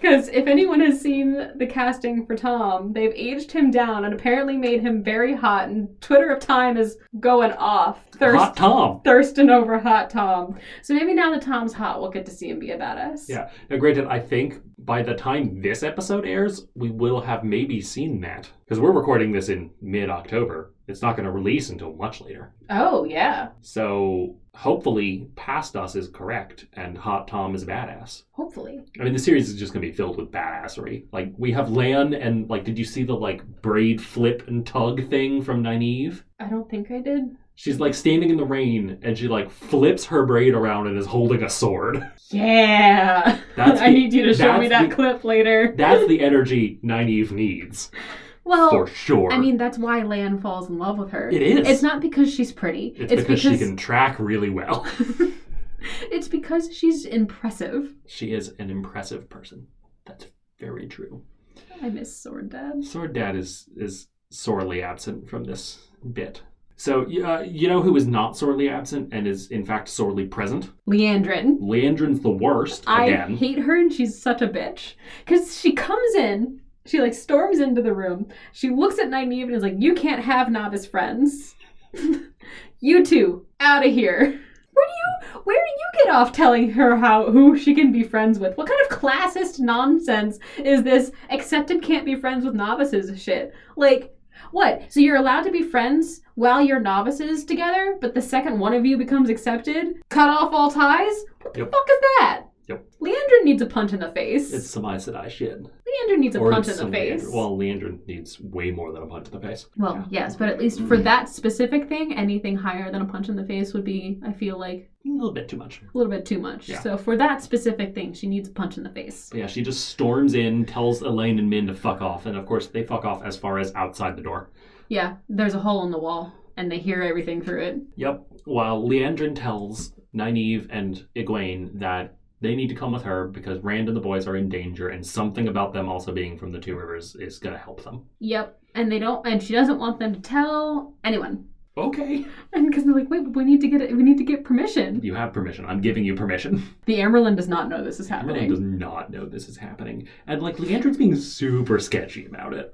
[SPEAKER 1] Because if anyone has seen the casting for Tom, they've aged him down and apparently made him very hot. And Twitter of Time is going off, thirst,
[SPEAKER 2] Hot Tom.
[SPEAKER 1] thirsting over hot Tom. So maybe now that Tom's hot, we'll get to see him be a badass.
[SPEAKER 2] Yeah. Now, granted, I think by the time this episode airs, we will have maybe seen that because we're recording this in mid-October. It's not going to release until much later.
[SPEAKER 1] Oh yeah.
[SPEAKER 2] So hopefully, past us is correct and Hot Tom is badass.
[SPEAKER 1] Hopefully.
[SPEAKER 2] I mean, the series is just going to be filled with badassery. Like we have Lan and like, did you see the like braid flip and tug thing from Nynaeve?
[SPEAKER 1] I don't think I did.
[SPEAKER 2] She's like standing in the rain and she like flips her braid around and is holding a sword.
[SPEAKER 1] Yeah.
[SPEAKER 2] That's
[SPEAKER 1] I
[SPEAKER 2] the-
[SPEAKER 1] need you to show
[SPEAKER 2] that's
[SPEAKER 1] me that
[SPEAKER 2] the-
[SPEAKER 1] clip later.
[SPEAKER 2] That's the energy Nynaeve needs
[SPEAKER 1] Well,
[SPEAKER 2] for sure.
[SPEAKER 1] I mean, that's why Lan falls in love with her.
[SPEAKER 2] It is.
[SPEAKER 1] It's not because she's pretty.
[SPEAKER 2] it's, because, she can track really well.
[SPEAKER 1] it's because she's impressive.
[SPEAKER 2] she is an impressive person. That's very true.
[SPEAKER 1] I miss Sword Dad.
[SPEAKER 2] Sword Dad is is sorely absent from this bit. So uh, you know who is not sorely absent and is in fact sorely present?
[SPEAKER 1] Leandrin.
[SPEAKER 2] Leandrin's the worst
[SPEAKER 1] I
[SPEAKER 2] again.
[SPEAKER 1] hate her and she's such a bitch. Because she comes in, she like storms into the room, she looks at Nynaeve and is like, You can't have novice friends. you two, out of here. Where do you where do you get off telling her how who she can be friends with? What kind of classist nonsense is this accepted can't be friends with novices shit? Like what? So you're allowed to be friends while you're novices together, but the second one of you becomes accepted, cut off all ties? What the
[SPEAKER 2] Yep.
[SPEAKER 1] fuck is that?
[SPEAKER 2] Yep.
[SPEAKER 1] Leandrin needs a punch in the face.
[SPEAKER 2] it's some Aes Sedai shit.
[SPEAKER 1] Leandrin needs a
[SPEAKER 2] Or
[SPEAKER 1] punch in
[SPEAKER 2] it's
[SPEAKER 1] the
[SPEAKER 2] some
[SPEAKER 1] face.
[SPEAKER 2] Leandrin- well, Leandrin needs way more than a punch in the face.
[SPEAKER 1] Well,
[SPEAKER 2] Yeah. Mm-hmm.
[SPEAKER 1] yes, but at least for that specific thing, anything higher than a punch in the face would be, I feel like,
[SPEAKER 2] A little bit too much.
[SPEAKER 1] a little bit too much.
[SPEAKER 2] Yeah.
[SPEAKER 1] So for that specific thing, she needs a punch in the face.
[SPEAKER 2] But yeah, she just storms in, tells Elaine and Min to fuck off, and of course they fuck off as far as outside the door.
[SPEAKER 1] Yeah, there's a hole in the wall, and they hear everything through it.
[SPEAKER 2] Yep. While Leandrin tells Nynaeve and Egwene that they need to come with her because Rand and the boys are in danger, and something about them also being from the Two Rivers is going to help them.
[SPEAKER 1] Yep, and they don't, and she doesn't want them to tell anyone.
[SPEAKER 2] Okay.
[SPEAKER 1] And because they're like, wait, but we need to get, we need to get permission.
[SPEAKER 2] You have permission. I'm giving you permission.
[SPEAKER 1] The Amerlin does not know this is
[SPEAKER 2] Everyone
[SPEAKER 1] happening.
[SPEAKER 2] does not know this is happening. And, like, Leandrin's being super sketchy about it.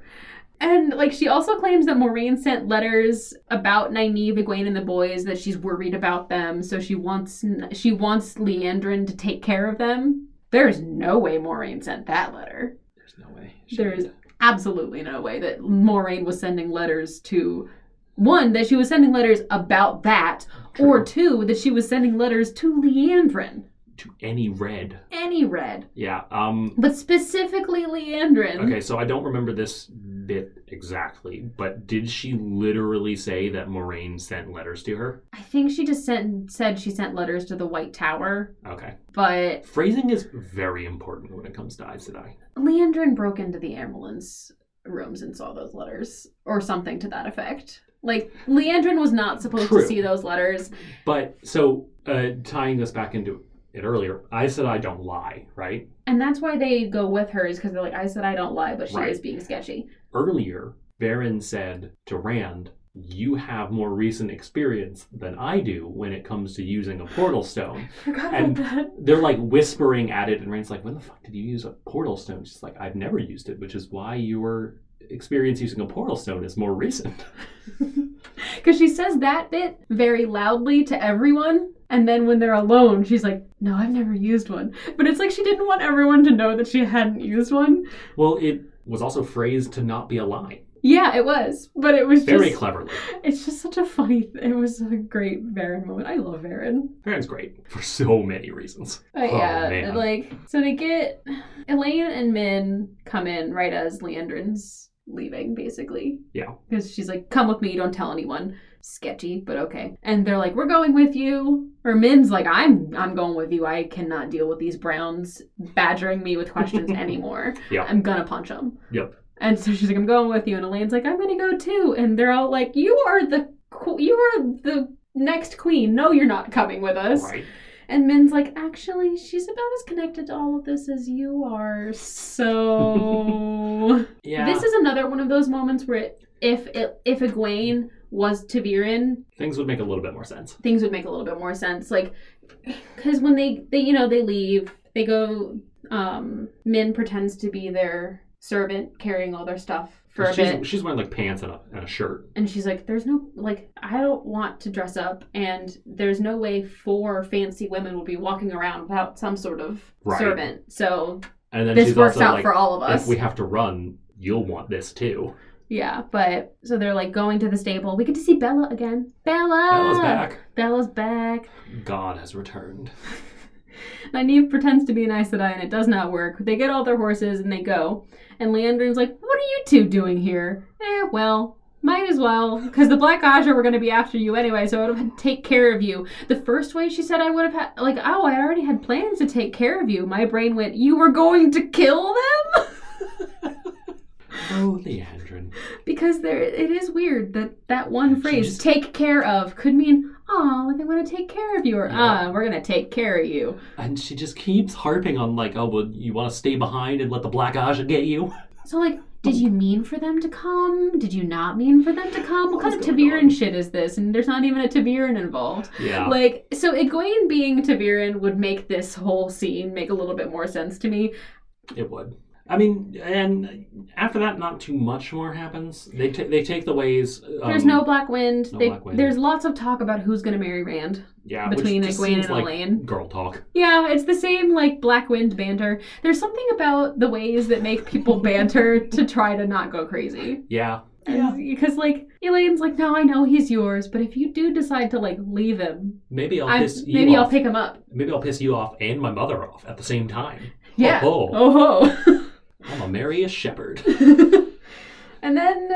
[SPEAKER 1] And like she also claims that Moraine sent letters about Nynaeve, Egwene, and the boys that she's worried about them, so she wants she wants Leandrin to take care of them. There's no way Moraine sent that letter.
[SPEAKER 2] There's no way. she
[SPEAKER 1] There is
[SPEAKER 2] did that.
[SPEAKER 1] absolutely no way that Moraine was sending letters to one that she was sending letters about that, or
[SPEAKER 2] True.
[SPEAKER 1] two that she was sending letters to Leandrin.
[SPEAKER 2] to any red.
[SPEAKER 1] Any red,
[SPEAKER 2] Yeah. Um.
[SPEAKER 1] but specifically Leandrin.
[SPEAKER 2] Okay, so I don't remember this bit exactly, but did she literally say that Moraine sent letters to her?
[SPEAKER 1] I think she just sent said she sent letters to the White Tower,
[SPEAKER 2] Okay.
[SPEAKER 1] but
[SPEAKER 2] Phrasing is very important when it comes to Aes Sedai.
[SPEAKER 1] Leandrin broke into the ambulance rooms and saw those letters or something to that effect. Like Leandrin was not supposed
[SPEAKER 2] True.
[SPEAKER 1] to see those letters.
[SPEAKER 2] But so uh, tying this back into it earlier, I said I don't lie, right?
[SPEAKER 1] And that's why they go with her is because they're like, I said I don't lie, but she
[SPEAKER 2] Right.
[SPEAKER 1] is being sketchy.
[SPEAKER 2] Earlier, Varen said to Rand, "You have more recent experience than I do when it comes to using a portal stone."
[SPEAKER 1] Forgot
[SPEAKER 2] And-
[SPEAKER 1] about that.
[SPEAKER 2] They're like whispering at it, and Rand's like, "When the fuck did you use a portal stone?" She's like, "I've never used it," which is why your experience using a portal stone is more recent.
[SPEAKER 1] Because she says that bit very loudly to everyone. And then when they're alone, she's like, No, I've never used one. But it's like she didn't want everyone to know that she hadn't used one.
[SPEAKER 2] well, it was also phrased to not be a lie,
[SPEAKER 1] Yeah, it was. But it was
[SPEAKER 2] very
[SPEAKER 1] just.
[SPEAKER 2] cleverly.
[SPEAKER 1] It's just such a funny. It was a great Varen moment. I love Varen.
[SPEAKER 2] Rand's great for so many reasons.
[SPEAKER 1] But
[SPEAKER 2] Oh,
[SPEAKER 1] yeah,
[SPEAKER 2] man.
[SPEAKER 1] like so they get Elaine and Min come in right as Leandrin's leaving, basically.
[SPEAKER 2] Yeah.
[SPEAKER 1] because she's like, "Come with me. Don't tell anyone." Sketchy, but okay. And they're like, "We're going with you." Or Min's like, "I'm I'm going with you. I cannot deal with these Browns badgering me with questions anymore.
[SPEAKER 2] Yeah.
[SPEAKER 1] I'm gonna punch them."
[SPEAKER 2] Yep.
[SPEAKER 1] And so she's like, "I'm going with you," and Elaine's like, "I'm gonna go too." And they're all like, "You are the qu- you are the next queen. No, you're not coming with us."
[SPEAKER 2] Right?
[SPEAKER 1] And Min's like, actually, she's about as connected to all of this as you are. So
[SPEAKER 2] Yeah.
[SPEAKER 1] this is another one of those moments where it, if it, if Egwene was Taviran,
[SPEAKER 2] things would make a little bit more sense.
[SPEAKER 1] things would make a little bit more sense. Like, because when they they you know they leave, they go. Um, Min pretends to be their servant, carrying all their stuff for a
[SPEAKER 2] she's,
[SPEAKER 1] bit.
[SPEAKER 2] she's wearing like pants and a, and a shirt.
[SPEAKER 1] And she's like, there's no, like, I don't want to dress up, and there's no way four fancy women will be walking around without some sort of
[SPEAKER 2] Right.
[SPEAKER 1] servant. So
[SPEAKER 2] And then
[SPEAKER 1] this
[SPEAKER 2] she's
[SPEAKER 1] works
[SPEAKER 2] also
[SPEAKER 1] out
[SPEAKER 2] like,
[SPEAKER 1] for all of us.
[SPEAKER 2] if we have to run, you'll want this too.
[SPEAKER 1] yeah, but so they're like going to the stable. We get to see Bella again. Bella!
[SPEAKER 2] Bella's back.
[SPEAKER 1] Bella's back.
[SPEAKER 2] God has returned.
[SPEAKER 1] Nynaeve pretends to be an Aes Sedai, and it does not work. They get all their horses and they go. And Leandrin's like, What are you two doing here? Eh, well, might as well, because the Black Aja were going to be after you anyway, so I would have to take care of you. The first way she said I would have had, like, oh, I already had plans to take care of you. My brain went, You were going to kill them?
[SPEAKER 2] Oh, Leandrin.
[SPEAKER 1] because there, it is weird that that
[SPEAKER 2] She
[SPEAKER 1] one phrase,
[SPEAKER 2] just-
[SPEAKER 1] take care of, could mean, Oh, like, I want to take care of you, or
[SPEAKER 2] Yeah.
[SPEAKER 1] Ah, we're going to take care of you.
[SPEAKER 2] And she just keeps harping on like, oh, but you want to stay behind and let the Black Aja get you?
[SPEAKER 1] So like, did you mean for them to come? Did you not mean for them to come? What,
[SPEAKER 2] What
[SPEAKER 1] kind of
[SPEAKER 2] is going on?
[SPEAKER 1] Taviran shit is this? And there's not even a Taviran involved.
[SPEAKER 2] Yeah.
[SPEAKER 1] Like, so Egwene being Taviran would make this whole scene make a little bit more sense to me.
[SPEAKER 2] It would. I mean, and after that, not too much more happens. They ta they take the ways. Um,
[SPEAKER 1] there's no Black Wind.
[SPEAKER 2] no
[SPEAKER 1] They-
[SPEAKER 2] Black Wind.
[SPEAKER 1] There's lots of talk about who's going to marry Rand.
[SPEAKER 2] yeah,
[SPEAKER 1] between
[SPEAKER 2] which just
[SPEAKER 1] Egwene
[SPEAKER 2] seems
[SPEAKER 1] and
[SPEAKER 2] like
[SPEAKER 1] Elaine.
[SPEAKER 2] Girl talk.
[SPEAKER 1] Yeah, it's the same like Black Wind banter. There's something about the ways that make people banter to try to not go crazy.
[SPEAKER 2] Yeah.
[SPEAKER 1] Because like Elaine's like, no, I know he's yours, but if you do decide to like leave him,
[SPEAKER 2] Maybe I'll
[SPEAKER 1] I'm,
[SPEAKER 2] piss you
[SPEAKER 1] maybe I'll
[SPEAKER 2] off. Oh,
[SPEAKER 1] pick him up.
[SPEAKER 2] maybe I'll piss you off and my mother off at the same time.
[SPEAKER 1] Yeah.
[SPEAKER 2] Oh, oh.
[SPEAKER 1] Oh ho.
[SPEAKER 2] I'm a merry as shepherd.
[SPEAKER 1] and then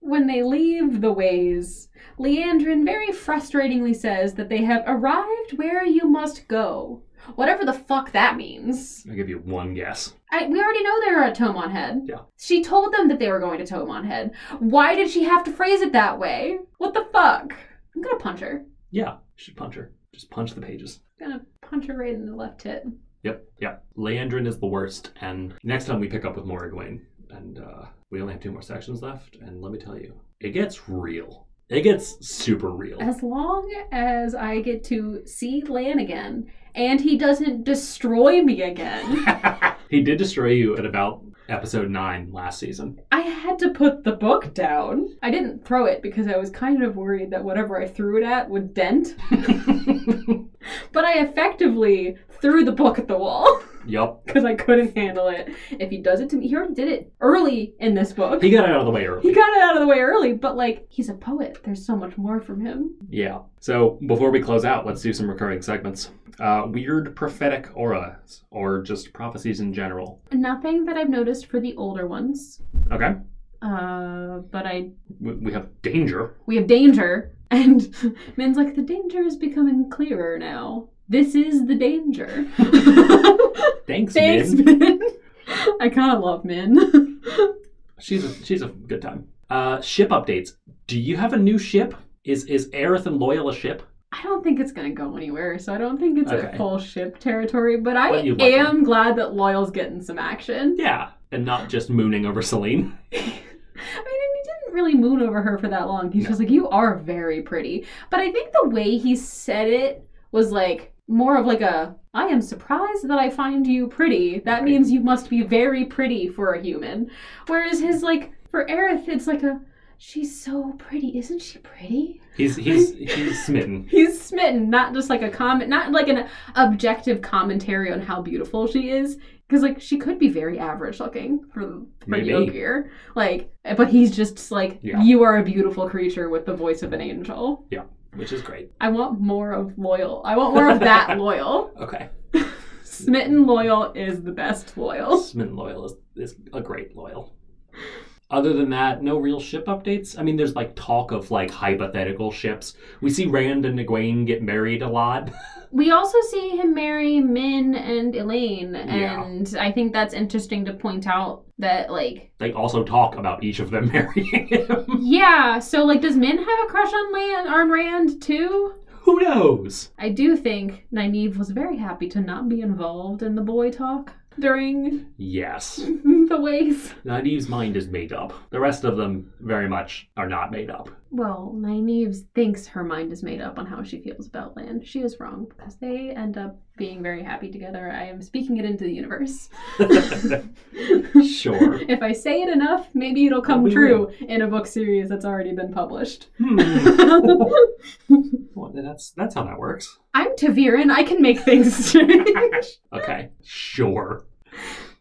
[SPEAKER 1] when they leave the ways, Leandrin very frustratingly says that they have arrived where you must go. Whatever the fuck that means.
[SPEAKER 2] I'll give you one guess.
[SPEAKER 1] I, we already know they're at Tomon Head.
[SPEAKER 2] Yeah.
[SPEAKER 1] She told them that they were going to Tomon Head. Why did she have to phrase it that way? What the fuck? I'm gonna punch her.
[SPEAKER 2] Yeah, should punch her. Just punch the pages.
[SPEAKER 1] I'm gonna punch her right in the left hip.
[SPEAKER 2] Yep, yep. Leandrin is the worst, and next time we pick up with more Egwene, and uh, we only have two more sections left. And let me tell you, it gets real. It gets super real.
[SPEAKER 1] As long as I get to see Lan again and he doesn't destroy me again,
[SPEAKER 2] he did destroy you at about episode nine last season.
[SPEAKER 1] I had to put the book down. I didn't throw it because I was kind of worried that whatever I threw it at would dent, but I effectively threw the book at the wall.
[SPEAKER 2] Yup.
[SPEAKER 1] because I couldn't handle it. If he does it to me, he already did it early in this book.
[SPEAKER 2] He got it out of the way
[SPEAKER 1] He
[SPEAKER 2] early.
[SPEAKER 1] got it out of the way early, but like he's a poet. There's so much more from him.
[SPEAKER 2] Yeah. So before we close out, let's do some recurring segments. Uh, weird prophetic auras, or just prophecies in general.
[SPEAKER 1] Nothing that I've noticed for the older ones.
[SPEAKER 2] Okay.
[SPEAKER 1] Uh, but I
[SPEAKER 2] We, we have danger.
[SPEAKER 1] we have danger, and Min's like the danger is becoming clearer now. This is the danger.
[SPEAKER 2] Thanks,
[SPEAKER 1] Thanks,
[SPEAKER 2] Min.
[SPEAKER 1] Min. I kind of love Min.
[SPEAKER 2] She's a, she's a good time. Uh, ship updates. Do you have a new ship? Is is Aerith and Loyal a ship?
[SPEAKER 1] I don't think it's gonna go anywhere, so I don't think it's at
[SPEAKER 2] Okay.
[SPEAKER 1] full ship territory. But I
[SPEAKER 2] But you like
[SPEAKER 1] am glad that Loyal's getting some action.
[SPEAKER 2] Yeah, and not just mooning over Celine.
[SPEAKER 1] I mean, and he didn't really moon over her for that long. He's
[SPEAKER 2] No.
[SPEAKER 1] just like, "You are very pretty," but I think the way he said it was like more of like a, "I am surprised that I find you pretty." That
[SPEAKER 2] Right.
[SPEAKER 1] means you must be very pretty for a human. Whereas his like for Aerith, it's like a, "She's so pretty, isn't she pretty?"
[SPEAKER 2] He's he's he's smitten.
[SPEAKER 1] He's smitten, not just like a comment, not like an objective commentary on how beautiful she is, because like she could be very average looking for for
[SPEAKER 2] Maybe.
[SPEAKER 1] Yogir. Like, but he's just like,
[SPEAKER 2] Yeah.
[SPEAKER 1] you are a beautiful creature with the voice of an angel.
[SPEAKER 2] which is great.
[SPEAKER 1] I want more of loyal. I want more of that loyal.
[SPEAKER 2] Okay,
[SPEAKER 1] Smitten loyal is the best loyal.
[SPEAKER 2] Smitten Loyal is, is a great loyal. Other than that, no real ship updates. I mean, there's like talk of like hypothetical ships. We see Rand and Egwene get married a lot.
[SPEAKER 1] We also see him marry Min and Elaine,
[SPEAKER 2] Yeah.
[SPEAKER 1] and I think that's interesting to point out that like
[SPEAKER 2] They also talk about each of them marrying him.
[SPEAKER 1] Yeah, so like, does Min have a crush on Lan on Rand too?
[SPEAKER 2] Who knows?
[SPEAKER 1] I do think Nynaeve was very happy to not be involved in the boy talk during
[SPEAKER 2] Yes,
[SPEAKER 1] the ways.
[SPEAKER 2] Nynaeve's mind is made up. The rest of them very much are not made up.
[SPEAKER 1] Well, Nynaeve thinks her mind is made up on how she feels about Lan. She is wrong because they end up being very happy together. I am speaking it into the universe.
[SPEAKER 2] Sure.
[SPEAKER 1] If I say it enough, maybe it'll come
[SPEAKER 2] We
[SPEAKER 1] true in a book series that's already been published.
[SPEAKER 2] Hmm. Well, that's that's how that works.
[SPEAKER 1] I'm Taviran. I can make things change.
[SPEAKER 2] Okay. Sure.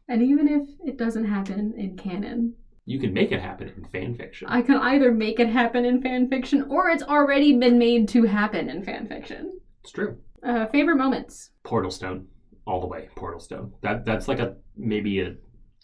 [SPEAKER 1] And even if it doesn't happen in canon,
[SPEAKER 2] You can make it happen in fan fiction.
[SPEAKER 1] I can either make it happen in fan fiction or it's already been made to happen in fan fiction.
[SPEAKER 2] It's true.
[SPEAKER 1] Uh, favorite moments.
[SPEAKER 2] Portal Stone, all the way. Portal Stone. That that's like a maybe a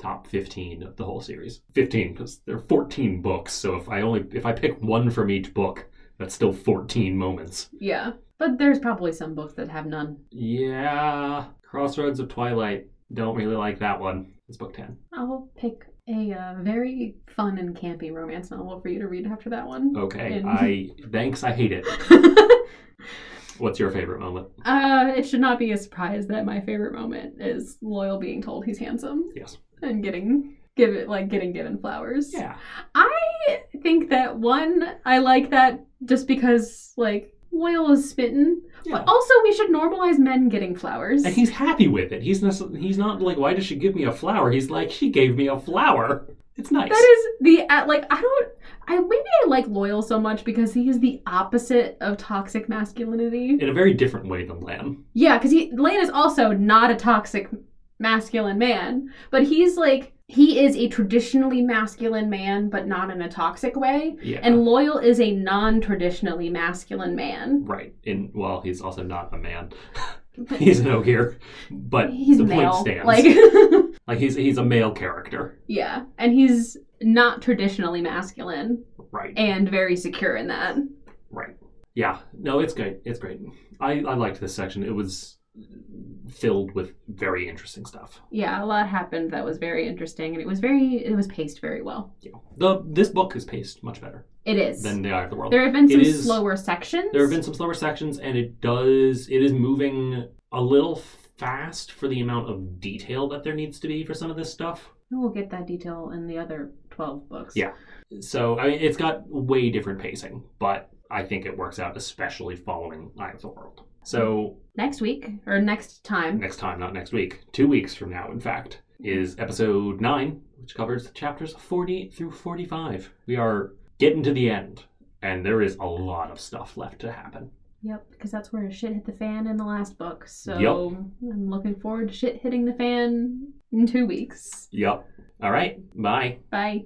[SPEAKER 2] top fifteen of the whole series. Fifteen because there are fourteen books. So if I only if I pick one from each book, that's still fourteen moments.
[SPEAKER 1] Yeah. But there's probably some books that have none.
[SPEAKER 2] Yeah, Crossroads of Twilight. Don't really like that one. It's book ten.
[SPEAKER 1] I'll pick a uh, very fun and campy romance novel for you to read after that one.
[SPEAKER 2] Okay.
[SPEAKER 1] And-
[SPEAKER 2] I thanks. I hate it. What's your favorite moment?
[SPEAKER 1] uh, it should not be a surprise that my favorite moment is Loyal being told he's handsome
[SPEAKER 2] Yes.
[SPEAKER 1] and getting give it like getting given flowers.
[SPEAKER 2] Yeah.
[SPEAKER 1] I think that one, I like that just because like Loyal is smitten.
[SPEAKER 2] Yeah.
[SPEAKER 1] Also, we should normalize men getting flowers.
[SPEAKER 2] And he's happy with it. He's not, he's not like, why does she give me a flower? He's like, she gave me a flower. It's nice.
[SPEAKER 1] That is the uh, like I don't I maybe I like Loyal so much because he is the opposite of toxic masculinity.
[SPEAKER 2] In a very different way than Lamb.
[SPEAKER 1] Yeah, because he Lane is also not a toxic masculine man, but he's like he is a traditionally masculine man, but not in a toxic way.
[SPEAKER 2] Yeah.
[SPEAKER 1] And Loyal is a non-traditionally masculine man.
[SPEAKER 2] right. And well, he's also not a man. he's an ogre. But
[SPEAKER 1] He's
[SPEAKER 2] the
[SPEAKER 1] male.
[SPEAKER 2] point stands.
[SPEAKER 1] Like
[SPEAKER 2] Like, he's he's a male character.
[SPEAKER 1] Yeah, and he's not traditionally masculine
[SPEAKER 2] Right.
[SPEAKER 1] and very secure in that.
[SPEAKER 2] Right. Yeah. No, it's great. It's great. I, I liked this section. It was filled with very interesting stuff.
[SPEAKER 1] Yeah, a lot happened that was very interesting, and it was very it was paced very well.
[SPEAKER 2] Yeah. The this book is paced much better
[SPEAKER 1] It is.
[SPEAKER 2] than The Eye of the World.
[SPEAKER 1] there have been
[SPEAKER 2] it
[SPEAKER 1] some
[SPEAKER 2] is-
[SPEAKER 1] slower sections.
[SPEAKER 2] There have been some slower sections, and it does it is moving a little fast for the amount of detail that there needs to be for some of this stuff.
[SPEAKER 1] We'll get that detail in the other twelve books.
[SPEAKER 2] Yeah. So I mean, it's got way different pacing, but I think it works out, especially following Eye of the World. So
[SPEAKER 1] Next week or next time.
[SPEAKER 2] next time, not next week, two weeks from now, in fact, is episode nine, which covers chapters forty through forty-five. We are getting to the end, and there is a lot of stuff left to happen.
[SPEAKER 1] Yep, because that's where shit hit the fan in the last book. So
[SPEAKER 2] Yep.
[SPEAKER 1] I'm looking forward to shit hitting the fan in two weeks.
[SPEAKER 2] Yep. All right. Bye.
[SPEAKER 1] Bye.